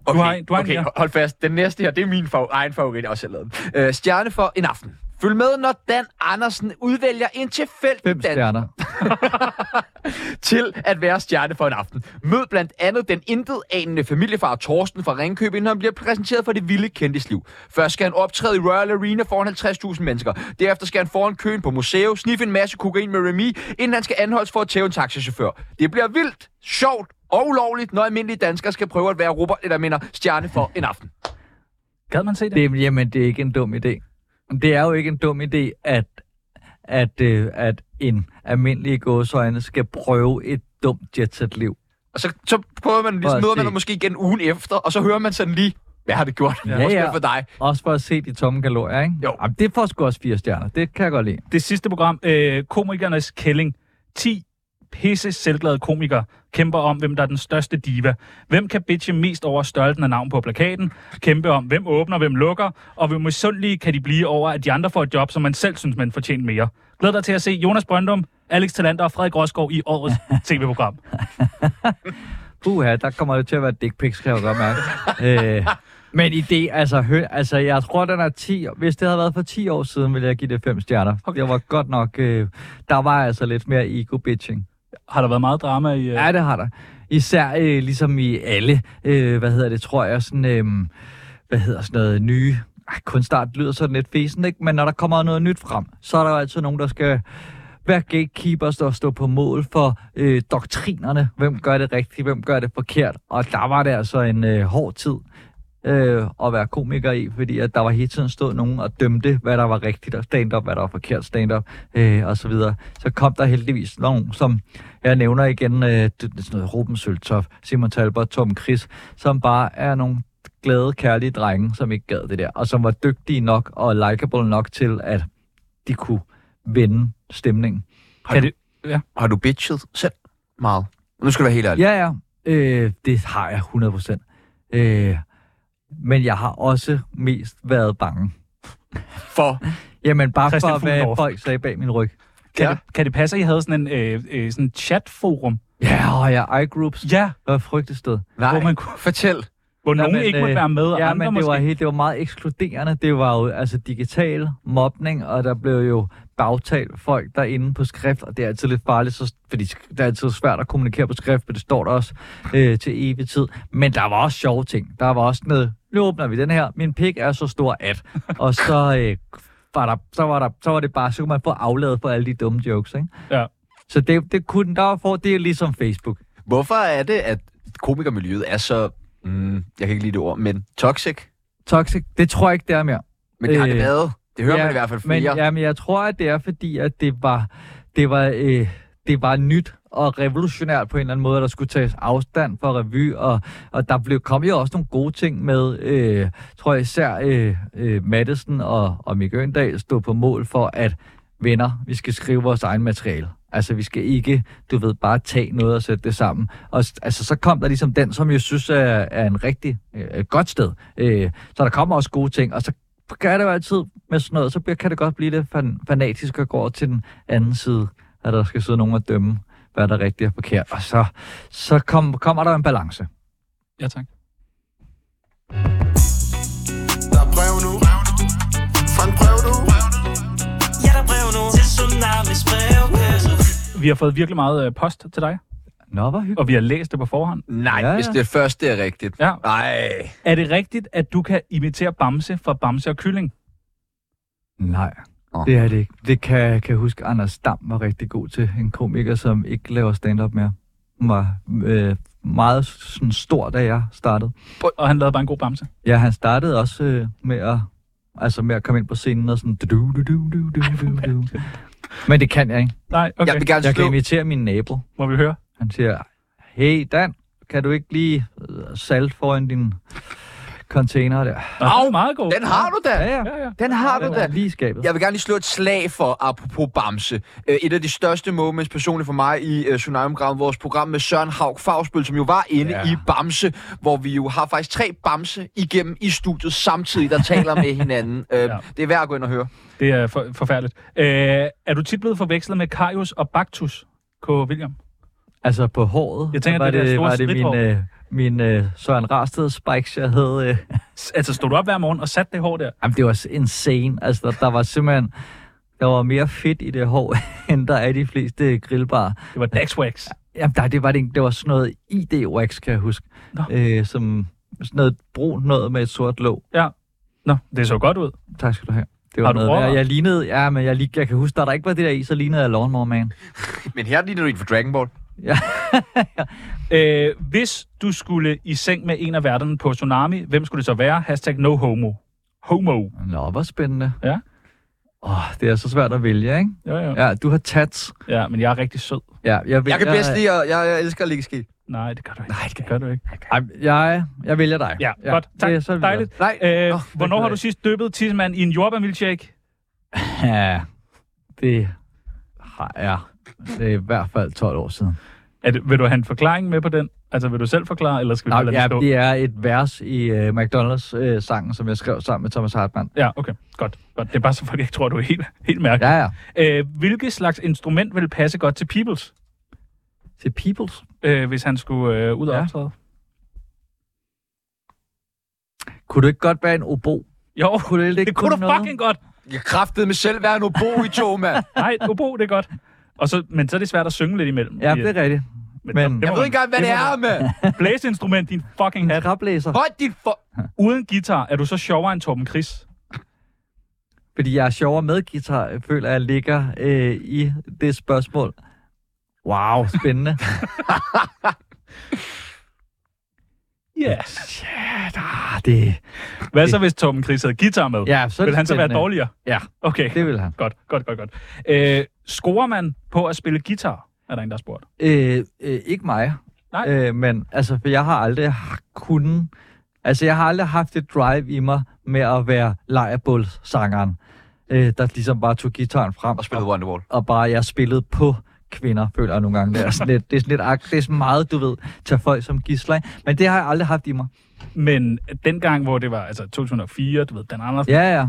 Speaker 1: Okay,
Speaker 2: Du har en- du har en
Speaker 1: okay
Speaker 2: mere.
Speaker 1: hold- hold fast. Den næste her, det er min favor- egen favorit, jeg også har lavet. Øh, stjerne for en aften. Følg med, når Dan Andersen udvælger en
Speaker 5: Fem
Speaker 1: tilfældig danser
Speaker 5: stjerner.
Speaker 1: til at være stjerne for en aften. Mød blandt andet den intet anende familiefar Torsten fra Ringkøbing, når han bliver præsenteret for det vilde kendtisliv. Først skal han optræde i Royal Arena foran 50.000 mennesker. Derefter skal han foran køen på museet, sniffe en masse kokain med Remy, inden han skal anholdes for at tæve en taxichauffør. Det bliver vildt, sjovt og ulovligt, når almindelige danskere skal prøve at være Robert eller minder stjerne for en aften.
Speaker 2: Gad man se det?
Speaker 5: Det, er- jamen, det er ikke en dum idé. Det er jo ikke en dum idé, at, at, øh, at en almindelig gåsøjne skal prøve et dumt jetset-liv.
Speaker 1: Og så, så prøver man
Speaker 5: For
Speaker 1: lige,
Speaker 5: at
Speaker 1: møder
Speaker 5: se.
Speaker 1: man dem måske igen ugen efter, og så hører man sådan lige, hvad har det gjort?
Speaker 5: Ja,
Speaker 1: Måske
Speaker 5: ja.
Speaker 1: for dig.
Speaker 5: Også for at se de tomme kalorier, ikke?
Speaker 1: Jo.
Speaker 5: Jamen, det får sgu også fire stjerner. Det kan jeg godt lide.
Speaker 2: det sidste program, øh, komikernes kælling. 10 pisse selvglade komikere kæmper om, hvem der er den største diva. Hvem kan bitche mest over størrelsen af navn på plakaten? Kæmpe om, hvem åbner, hvem lukker? Og hvor misundelige kan de blive over, at de andre får et job, som man selv synes, man fortjener mere? Glæd dig til at se Jonas Brøndum, Alex Talander og Frederik Rosgaard i årets
Speaker 5: [laughs]
Speaker 2: tv-program.
Speaker 5: Puha, der kommer det til at være dick pics, kan jeg jo godt mærke. øh, men i det, altså, hø, altså, jeg tror, den er 10 år- Hvis det havde været for 10 år siden, ville jeg give det 5 stjerner. Okay. Det var godt nok... Øh, der var altså lidt mere ego-bitching.
Speaker 2: Har der været meget drama i... Øh...
Speaker 5: Ja, det har der. Især øh, ligesom i alle, øh, hvad hedder det, tror jeg, sådan, øh, hvad hedder sådan noget, nye... Ej, kunstart lyder sådan lidt fesen, ikke? Men når der kommer noget nyt frem, så er der jo altid nogen, der skal være gatekeepers og stå på mål for øh, doktrinerne. Hvem gør det rigtigt, hvem gør det forkert? Og der var det altså en øh, hård tid øh, at være komiker i, fordi at der var hele tiden stod nogen og dømte, hvad der var rigtigt og stand-up, hvad der var forkert stand-up øh, og så videre. Så kom der heldigvis nogen, som jeg nævner igen, øh, det, det er sådan noget Ruben Søltoft, Simon Talbot, Tom Chris, som bare er nogle glade, kærlige drenge, som ikke gad det der, og som var dygtige nok og likable nok til, at de kunne vende stemningen.
Speaker 2: kan det...
Speaker 1: Har du bitchet selv meget? Nu skal du være helt ærlig.
Speaker 5: Ja, ja. Øh, det har jeg 100 procent. Øh, men jeg har også mest været bange.
Speaker 1: For
Speaker 5: Jamen bare
Speaker 2: Christian
Speaker 5: for, hvad
Speaker 2: Fuglendorff.
Speaker 5: folk sagde bag min ryg.
Speaker 2: Kan,
Speaker 1: Ja.
Speaker 2: det, kan det passe, at I havde sådan en øh, øh, sådan chatforum?
Speaker 5: Ja, og jeg iGroups.
Speaker 2: Ja,
Speaker 5: Det var et frygteligt sted.
Speaker 1: nej,
Speaker 2: Hvor man
Speaker 1: man
Speaker 2: kunne-
Speaker 1: fortæl.
Speaker 2: hvor nogen
Speaker 5: men,
Speaker 2: ikke må
Speaker 5: øh,
Speaker 2: være med, og
Speaker 5: Ja,
Speaker 2: andre
Speaker 5: men det
Speaker 2: måske.
Speaker 5: var, helt, det var meget ekskluderende. Det var jo altså digital mobning, og der blev jo bagtalt folk derinde på skrift, og det er altid lidt farligt, så, fordi sk- det er altid svært at kommunikere på skrift, men det står der også øh, til evig tid. Men der var også sjove ting. Der var også noget, nu åbner vi den her, min pik er så stor
Speaker 2: [laughs]
Speaker 5: at, og så, øh, var, der, så, var, der, så var det bare, så kunne man få afladet for alle de dumme jokes, ikke?
Speaker 2: Ja.
Speaker 5: Så det, det kunne, der var for, det er ligesom Facebook.
Speaker 1: Hvorfor er det, at komikermiljøet er så... Mm, jeg kan ikke lide det ord, men toxic?
Speaker 5: Toxic, det tror jeg ikke, det er mere.
Speaker 1: Men det har det
Speaker 5: Øh,
Speaker 1: været. Det hører man i hvert fald flere.
Speaker 5: Men, ja, men jeg tror, at det er fordi, at det var, det var, øh, det var nyt og revolutionært på en eller anden måde, at der skulle tages afstand fra revy, og, og der blev kom jo også nogle gode ting med, øh, tror jeg især øh, øh, Mattesen og, og Mikke Øndal stod på mål for, at venner, vi skal skrive vores egen materiale. Altså, vi skal ikke, du ved, bare tage noget og sætte det sammen. Og s- altså, så kom der ligesom den, som jeg synes er, er en rigtig øh, et godt sted. Øh, så der kommer også gode ting, og så gør det jo altid med sådan noget, så bliver- kan det godt blive lidt fan, fanatisk og gå over til den anden side, at der skal sidde nogen og dømme, hvad der er rigtigt og forkert. Og så, så kom, kommer der en balance.
Speaker 2: Ja, tak.
Speaker 8: Der er brev nu Fra en brev nu
Speaker 7: Ja, der er brev nu til Tsunamis brevkasse.
Speaker 2: Vi har fået virkelig meget øh, post til dig,
Speaker 5: Nå, hvor hyggeligt.
Speaker 2: og vi har læst det på forhånd.
Speaker 1: Nej,
Speaker 5: Ja,
Speaker 1: ja,
Speaker 5: ja.
Speaker 1: ja. hvis det første er rigtigt.
Speaker 2: Ja.
Speaker 1: Nej.
Speaker 2: Er det rigtigt, at du kan imitere Bamse fra Bamse og Kylling?
Speaker 5: Nej,
Speaker 1: Nå.
Speaker 5: det er det ikke. Det kan, kan jeg huske, Anders Dam var rigtig god til. En komiker, som ikke laver stand-up mere. Hun var øh, meget sådan, stor, da jeg startede.
Speaker 2: Og han lavede bare en god Bamse.
Speaker 5: Ja, han startede også øh, med at altså med at komme ind på scenen og sådan... Du, du, du, du, du, du, du. Men det kan jeg ikke.
Speaker 2: Nej,
Speaker 1: Okay.
Speaker 2: okay.
Speaker 1: Jeg vil gerne
Speaker 5: Jeg kan
Speaker 1: slå...
Speaker 5: invitere min nabo.
Speaker 2: Må vi høre?
Speaker 5: Han siger, hey Dan, kan du ikke lige øh, salt foran din container der?
Speaker 2: Nå, Au, meget god.
Speaker 1: Den har du da!
Speaker 5: ja.
Speaker 2: Ja, ja.
Speaker 1: Den har du
Speaker 5: Den
Speaker 1: da!
Speaker 5: er lige i skabet.
Speaker 1: Jeg vil gerne lige slå et slag for, apropos Bamse. Øh, Et af de største moments personligt for mig i uh, tsunami vores program med Søren Haug Fagsbøl, som jo var inde
Speaker 5: Ja.
Speaker 1: ja. i Bamse, hvor vi jo har faktisk tre Bamse igennem i studiet samtidig, der taler
Speaker 5: [laughs]
Speaker 1: med hinanden. Uh,
Speaker 2: Ja.
Speaker 1: ja. Det er værd at gå ind og høre.
Speaker 2: Det er for, forfærdeligt. Øh, er du tit blevet forvekslet med Karius og Baktus, K. William?
Speaker 5: Altså på håret.
Speaker 2: Jeg tænker,
Speaker 5: var
Speaker 2: det der store
Speaker 5: var det min,
Speaker 2: stridthår.
Speaker 5: øh, min øh, Søren Rasted spikes, jeg havde. Øh.
Speaker 2: S- Altså, stod du op hver morgen og satte det hår der?
Speaker 5: Jamen, det var s- insane. Altså, der, der var simpelthen... Der var mere fedt i det hår, [laughs] end der er i de fleste øh, grillbarer.
Speaker 2: Det var Daxwax.
Speaker 5: Jamen, der, det, var det, ikke. det var sådan noget ID-wax, kan jeg huske.
Speaker 2: Nå.
Speaker 5: Øh, som sådan noget brunt noget med et sort låg.
Speaker 2: Nå, det så godt ud.
Speaker 5: Tak skal du have. Det var
Speaker 2: Har du
Speaker 5: noget
Speaker 2: overvejet?
Speaker 5: værd. Jeg lignede, ja, men jeg, lig, jeg kan huske, da der ikke var det der i, så lignede jeg Lawnmower Man.
Speaker 1: Men her ligner du en for Dragon Ball.
Speaker 2: Øh, hvis du skulle i seng med en af værterne på Tsunami, hvem skulle det så være? Hashtag no homo. Homo.
Speaker 5: Nå, hvor spændende.
Speaker 2: Ja.
Speaker 5: Åh, det er så svært at vælge, ikke?
Speaker 2: Ja, ja.
Speaker 5: Ja, du har tats.
Speaker 2: ja men jeg er rigtig sød.
Speaker 5: Ja, jeg,
Speaker 1: Jeg kan bedst
Speaker 5: jeg,
Speaker 1: lide, at jeg, jeg elsker at ligge i ski.
Speaker 2: Nej, det gør du ikke.
Speaker 1: Nej, det
Speaker 2: Det gør du ikke.
Speaker 5: jeg, jeg, jeg vælger dig.
Speaker 2: Ja, godt. Tak.
Speaker 5: Det er så videre.
Speaker 2: Dejligt.
Speaker 1: Nej,
Speaker 2: Øh,
Speaker 1: Nå,
Speaker 2: hvornår
Speaker 5: ved
Speaker 2: har
Speaker 5: jeg
Speaker 2: du sidst døbet tissemand i en jordbærmilkshake?
Speaker 5: Ja, det har jeg. Det er i hvert fald 12 år siden.
Speaker 2: Er det, vil du have en forklaring med på den? Altså, vil du selv forklare, eller skal vi
Speaker 5: Nå,
Speaker 2: bare lade
Speaker 5: ja,
Speaker 2: den stå?
Speaker 5: det er et vers i uh, McDonald's-sangen, som jeg skrev sammen med Thomas Hartmann.
Speaker 2: Ja, okay. Godt. godt. Det er bare så folk ikke tror, du er helt, helt mærkelig.
Speaker 5: Ja, ja.
Speaker 2: Ja. Øh, hvilket slags instrument vil passe godt til Peoples,
Speaker 5: Til Peoples.
Speaker 2: øh, hvis han skulle øh, ud og
Speaker 5: Ja.
Speaker 2: optræde?
Speaker 5: Kunne du ikke godt være en obo?
Speaker 2: Jo,
Speaker 5: Kunne det, ikke
Speaker 2: det kunne
Speaker 5: kun
Speaker 2: du
Speaker 5: noget?
Speaker 2: fucking godt.
Speaker 1: jeg kraftede mig selv være en obo i to, mand.
Speaker 2: Nej, obo, det er godt. Og så, men så er det svært at synge lidt imellem. øh,
Speaker 5: Ja, det er rigtigt.
Speaker 2: men,
Speaker 5: men-
Speaker 2: men,
Speaker 1: Jeg ved ikke engang, hvad det er, mand.
Speaker 2: Blæseinstrument, din fucking hat.
Speaker 5: Krablæser.
Speaker 1: Hold dit for...
Speaker 2: Uden guitar, er du så sjovere end Torben Chris?
Speaker 5: Fordi jeg er sjovere med guitar, jeg føler jeg ligger øh, i det spørgsmål. Wow,
Speaker 2: [laughs]
Speaker 5: spændende.
Speaker 2: Yes.
Speaker 5: Shit, ah, det...
Speaker 2: Hvad så, hvis Torben Chris havde guitar med?
Speaker 5: Ja, så er det
Speaker 2: Vil han så være
Speaker 5: spændende.
Speaker 2: dårligere?
Speaker 5: Ja.
Speaker 2: Okay,
Speaker 5: Det vil han.
Speaker 2: godt, godt, godt, godt. Øh, scorer man på at spille guitar? Er der en, der har spurgt.
Speaker 5: Øh, øh, ikke mig.
Speaker 2: Nej.
Speaker 5: Øh, men altså, for jeg har aldrig h- kunnet... Altså, jeg har aldrig haft et drive i mig med at være lejrebålsangeren, øh, der ligesom bare tog gitaren frem
Speaker 1: Og spillede Wonderwall.
Speaker 5: og bare jeg spillede på kvinder, føler jeg nogle gange. Det er sådan lidt, det er sådan lidt, ak- det er sådan meget, du ved, tage folk som gidsler. ikke? Men det har jeg aldrig haft i mig.
Speaker 2: Men dengang, hvor det var altså 2004, du ved, Dan Anders,
Speaker 5: Ja, ja.
Speaker 2: var
Speaker 5: Jo,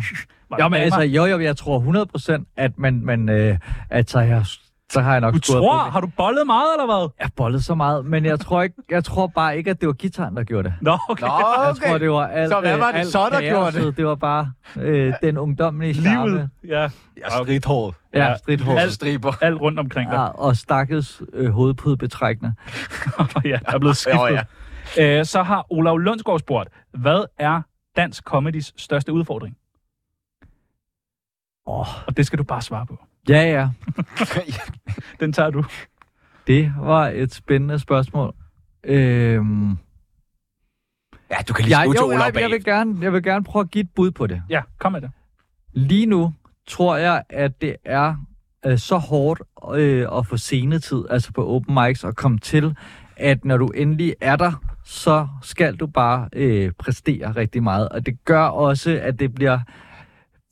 Speaker 5: men
Speaker 2: Danmark.
Speaker 5: altså, jo, jo, jeg tror 100 at man, man øh, at så jeg så har jeg nok
Speaker 2: Du
Speaker 5: scoret på
Speaker 2: tror,
Speaker 5: det.
Speaker 2: har du bollet meget, eller hvad?
Speaker 5: Jeg bollede så meget, men jeg tror, ikke, jeg tror bare ikke, at det var gitaren, der gjorde det.
Speaker 2: Nå, okay. [laughs]
Speaker 1: Nå,
Speaker 5: Jeg
Speaker 1: okay.
Speaker 5: tror, det var alt,
Speaker 1: Så hvad
Speaker 5: øh,
Speaker 1: var det
Speaker 5: alt
Speaker 1: så, der gjorde det?
Speaker 5: kaoset. Det var bare øh, den ungdommelige
Speaker 2: Livet.
Speaker 5: charme.
Speaker 2: Ja,
Speaker 1: Jeg er stridthåret.
Speaker 5: Ja,
Speaker 2: Ja.
Speaker 5: stridthår.
Speaker 1: Alt striber.
Speaker 2: alt rundt omkring dig.
Speaker 5: Ja, og stakkels øh, hovedpudebetrækkende.
Speaker 2: [laughs] ja, der er
Speaker 5: [laughs]
Speaker 2: blevet skiftet.
Speaker 1: Jo, ja.
Speaker 2: Æ, så har Olav Lundsgaard spurgt, hvad er dansk comedys største udfordring? Oh. Og det skal du bare svare på.
Speaker 5: Ja, ja.
Speaker 2: Den tager du.
Speaker 5: Det var et spændende spørgsmål. Øhm,
Speaker 1: ja, du kan lige
Speaker 5: jeg,
Speaker 1: skrive til
Speaker 5: jo,
Speaker 1: Olav
Speaker 5: jeg, jeg,
Speaker 1: bag.
Speaker 5: vil gerne, jeg vil gerne prøve at give et bud på det.
Speaker 2: Ja, kom med det.
Speaker 5: Lige nu tror jeg, at det er øh, så hårdt øh, at få senetid, altså på open mics, og komme til, at når du endelig er der, så skal du bare øh, præstere rigtig meget. Og det gør også, at det bliver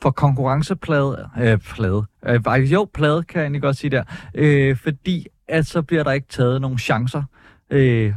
Speaker 5: for konkurrenceplade... Øh, plade. Øh, faktisk, jo, plade kan jeg egentlig godt sige der. Øh, fordi at så bliver der ikke taget nogen chancer. Øh,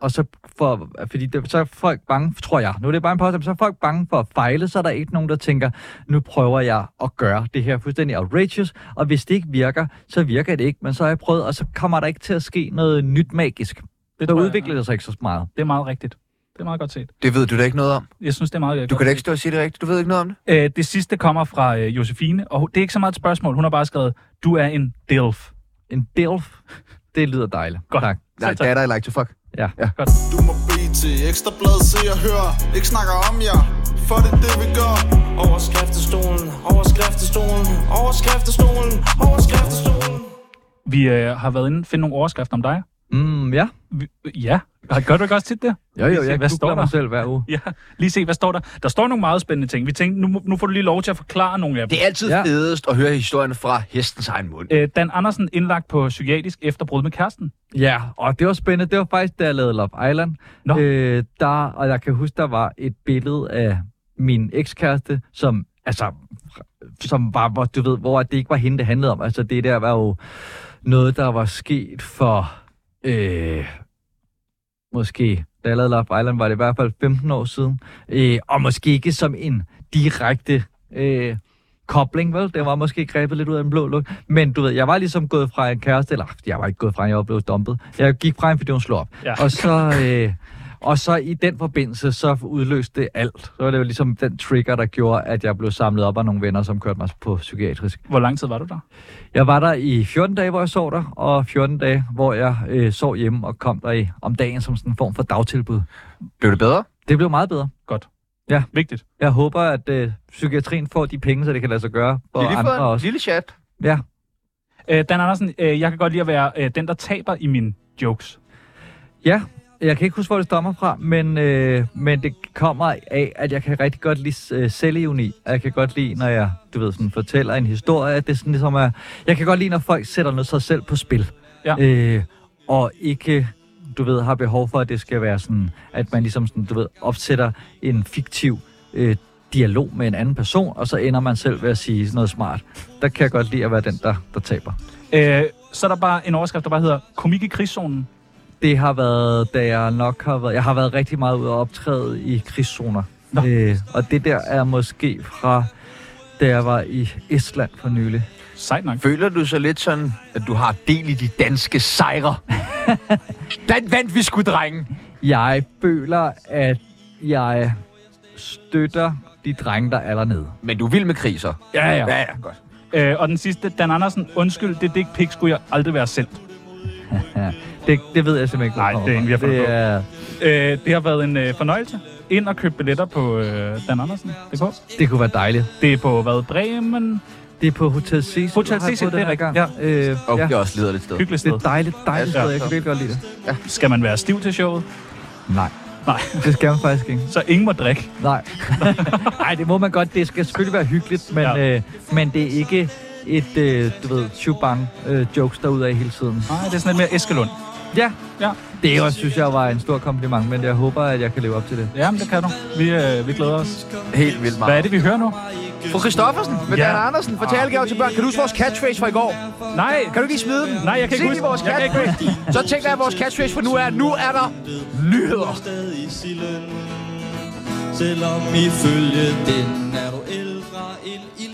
Speaker 5: og så, for, fordi det, så er folk bange, tror jeg, nu er det bare en påstand, så er folk bange for at fejle, så er der ikke nogen, der tænker, nu prøver jeg at gøre det her fuldstændig outrageous, og hvis det ikke virker, så virker det ikke, men så har jeg prøvet, og så kommer der ikke til at ske noget nyt magisk. Det så
Speaker 2: tror jeg,
Speaker 5: udvikler det sig ikke så meget.
Speaker 2: Det er meget rigtigt. Det er meget godt set.
Speaker 1: Det ved du da ikke noget om.
Speaker 2: Jeg synes, det er meget godt
Speaker 1: Du kan da ikke stå og sige det rigtigt. Du ved ikke noget om det.
Speaker 2: Æ, det sidste kommer fra øh, Josefine, og hun- det er ikke så meget et spørgsmål. Hun har bare skrevet, du er en DILF.
Speaker 5: En delf, det lyder dejligt.
Speaker 2: Godt.
Speaker 5: Tak.
Speaker 1: Nej,
Speaker 2: tak.
Speaker 1: det er der like to fuck.
Speaker 8: Du må bede til ekstra blad, se og hør. Ikke snakker om jer, for det er det, vi gør.
Speaker 7: Overskriftestolen, overskriftestolen, overskriftestolen, overskriftestolen.
Speaker 2: Vi øh, har været inde og finde nogle overskrifter om dig.
Speaker 5: Mm, ja.
Speaker 2: Vi, ja, gør du ikke også tit det?
Speaker 5: Jo, jo, jeg
Speaker 2: Hvad står
Speaker 5: googler
Speaker 2: der?
Speaker 5: mig selv hver uge.
Speaker 2: Ja, lige se, hvad står der? Der står nogle meget spændende ting. Vi tænkte, nu, må- nu får du lige lov til at forklare nogle af dem.
Speaker 1: Det er altid
Speaker 5: Ja.
Speaker 1: ja. fedest at høre historien fra hestens egen mund.
Speaker 2: Øh, Dan Andersen indlagt på psykiatrisk efter brud med kæresten.
Speaker 5: Ja, og det var spændende. Det var faktisk, da jeg lavede Love Island.
Speaker 2: Nå.
Speaker 5: Øh, der, og jeg kan huske, der var et billede af min ekskæreste, som, altså, som var, hvor, du ved, hvor det ikke var hende, det handlede om. Altså, det der var jo noget, der var sket for, øh, måske, da jeg lavede Love Island, var det i hvert fald 15 år siden. Øh, og måske ikke som en direkte øh, kobling, vel? Det var måske grebet lidt ud af en blå luft. Men du ved, jeg var ligesom gået fra en kæreste, eller jeg var ikke gået fra en, jeg var blevet dumpet. Jeg gik fra en, fordi hun slog op.
Speaker 2: Ja.
Speaker 5: Og så... Øh, og så i den forbindelse, så udløste det alt. Så var det jo ligesom den trigger, der gjorde, at jeg blev samlet op af nogle venner, som kørte mig på psykiatrisk.
Speaker 2: Hvor lang tid var du der?
Speaker 5: Jeg var der i 14 dage, hvor jeg sov der, og 14 dage, hvor jeg øh, sov hjemme og kom der i, om dagen som sådan en form for dagtilbud.
Speaker 1: Blev det bedre?
Speaker 5: Det blev meget bedre.
Speaker 2: Vigtigt.
Speaker 5: Jeg håber, at øh, psykiatrien får de penge, så det kan lade sig gøre, og
Speaker 1: Lige
Speaker 5: andre
Speaker 1: for en
Speaker 5: også.
Speaker 1: lille chat.
Speaker 5: Ja.
Speaker 2: Øh, Dan Andersen, øh, jeg kan godt lide at være øh, den, der taber i mine jokes.
Speaker 5: ja, jeg kan ikke huske, hvor det stammer fra, men, øh, men det kommer af, at jeg kan rigtig godt lide øh, selvironi. Og Jeg kan godt lide, når jeg du ved, sådan, fortæller en historie, at det er sådan ligesom er... Jeg kan godt lide, når folk sætter noget sig selv på spil.
Speaker 2: Ja.
Speaker 5: Øh, og ikke du ved, har behov for, at det skal være sådan, at man ligesom sådan, du ved, opsætter en fiktiv øh, dialog med en anden person, og så ender man selv ved at sige sådan noget smart. Der kan jeg godt lide at være den, der, der taber.
Speaker 2: Øh, så er der bare en overskrift, der bare hedder Komik i krigszonen.
Speaker 5: Det har været, da jeg nok har været... Jeg har været rigtig meget ude at optræde i krigszoner. Øh, og det der er måske fra, da jeg var i Estland for nylig.
Speaker 2: Sejt nok.
Speaker 1: Føler du så lidt sådan, at du har del i de danske [laughs] sejre? Den vandt vi sgu, drenge.
Speaker 5: Jeg føler, at jeg støtter de drenge, der er dernede.
Speaker 1: Men du vil med kriser.
Speaker 2: Ja, ja.
Speaker 1: Ja, ja, godt.
Speaker 2: Øh, og den sidste, Dan Andersen, undskyld, det dick pic skulle jeg aldrig være sendt.
Speaker 5: Det, det ved jeg simpelthen ikke, hvor
Speaker 2: Nej,
Speaker 5: kommer
Speaker 2: det er en, vi har
Speaker 5: fra.
Speaker 2: fundet
Speaker 5: det
Speaker 2: på.
Speaker 5: er,
Speaker 2: Øh, det har været en øh, fornøjelse. Ind og køb billetter på øh, Dan Andersen. Det, på.
Speaker 5: Det kunne være dejligt.
Speaker 2: det er på, hvad, Bremen?
Speaker 5: Det er på Hotel Cecil.
Speaker 2: Hotel
Speaker 5: du har
Speaker 2: Cecil,
Speaker 5: fået
Speaker 2: det er
Speaker 5: den her
Speaker 2: rigtigt.
Speaker 5: gang. Øh,
Speaker 1: Og
Speaker 5: ja.
Speaker 1: det er også leder lidt sted.
Speaker 2: Hyggeligt
Speaker 5: Det
Speaker 2: sted.
Speaker 5: er et dejligt, dejligt
Speaker 1: Ja.
Speaker 5: sted. Jeg kan virkelig godt lide det.
Speaker 2: Skal man være stiv til showet?
Speaker 5: Nej,
Speaker 2: Nej,
Speaker 5: det skal man faktisk ikke.
Speaker 2: så ingen må drikke.
Speaker 5: [laughs] Nej. Nej, det må man godt. Det skal selvfølgelig være hyggeligt, men,
Speaker 2: Ja.
Speaker 5: ja. øh, men det er ikke et, øh, du ved, chubang øh, jokes derude af hele tiden.
Speaker 2: Nej, det er sådan lidt mere Eskelund.
Speaker 5: Ja,
Speaker 2: Ja.
Speaker 5: det også, synes jeg var en stor kompliment, men jeg håber, at jeg kan leve op til det.
Speaker 2: Jamen, det kan du. Vi, øh, vi glæder os.
Speaker 1: Helt vildt
Speaker 2: Hvad er
Speaker 1: meget.
Speaker 2: det, vi hører nu?
Speaker 1: Fru Christoffersen med
Speaker 2: Ja.
Speaker 1: ja. Dan Andersen. Fortæl algaver til børn. Kan du huske vores catchphrase fra i går?
Speaker 2: Nej,
Speaker 1: Kan du ikke lige smide den?
Speaker 2: Nej, jeg kan ikke
Speaker 1: Sig lige
Speaker 2: huske
Speaker 1: vores
Speaker 2: den. Jeg kan ikke
Speaker 1: catchphrase. Så tænk dig, at vores catchphrase for nu er, nu er der nyheder.
Speaker 3: Stadig silden, selvom ifølge den er du ældre end ilden.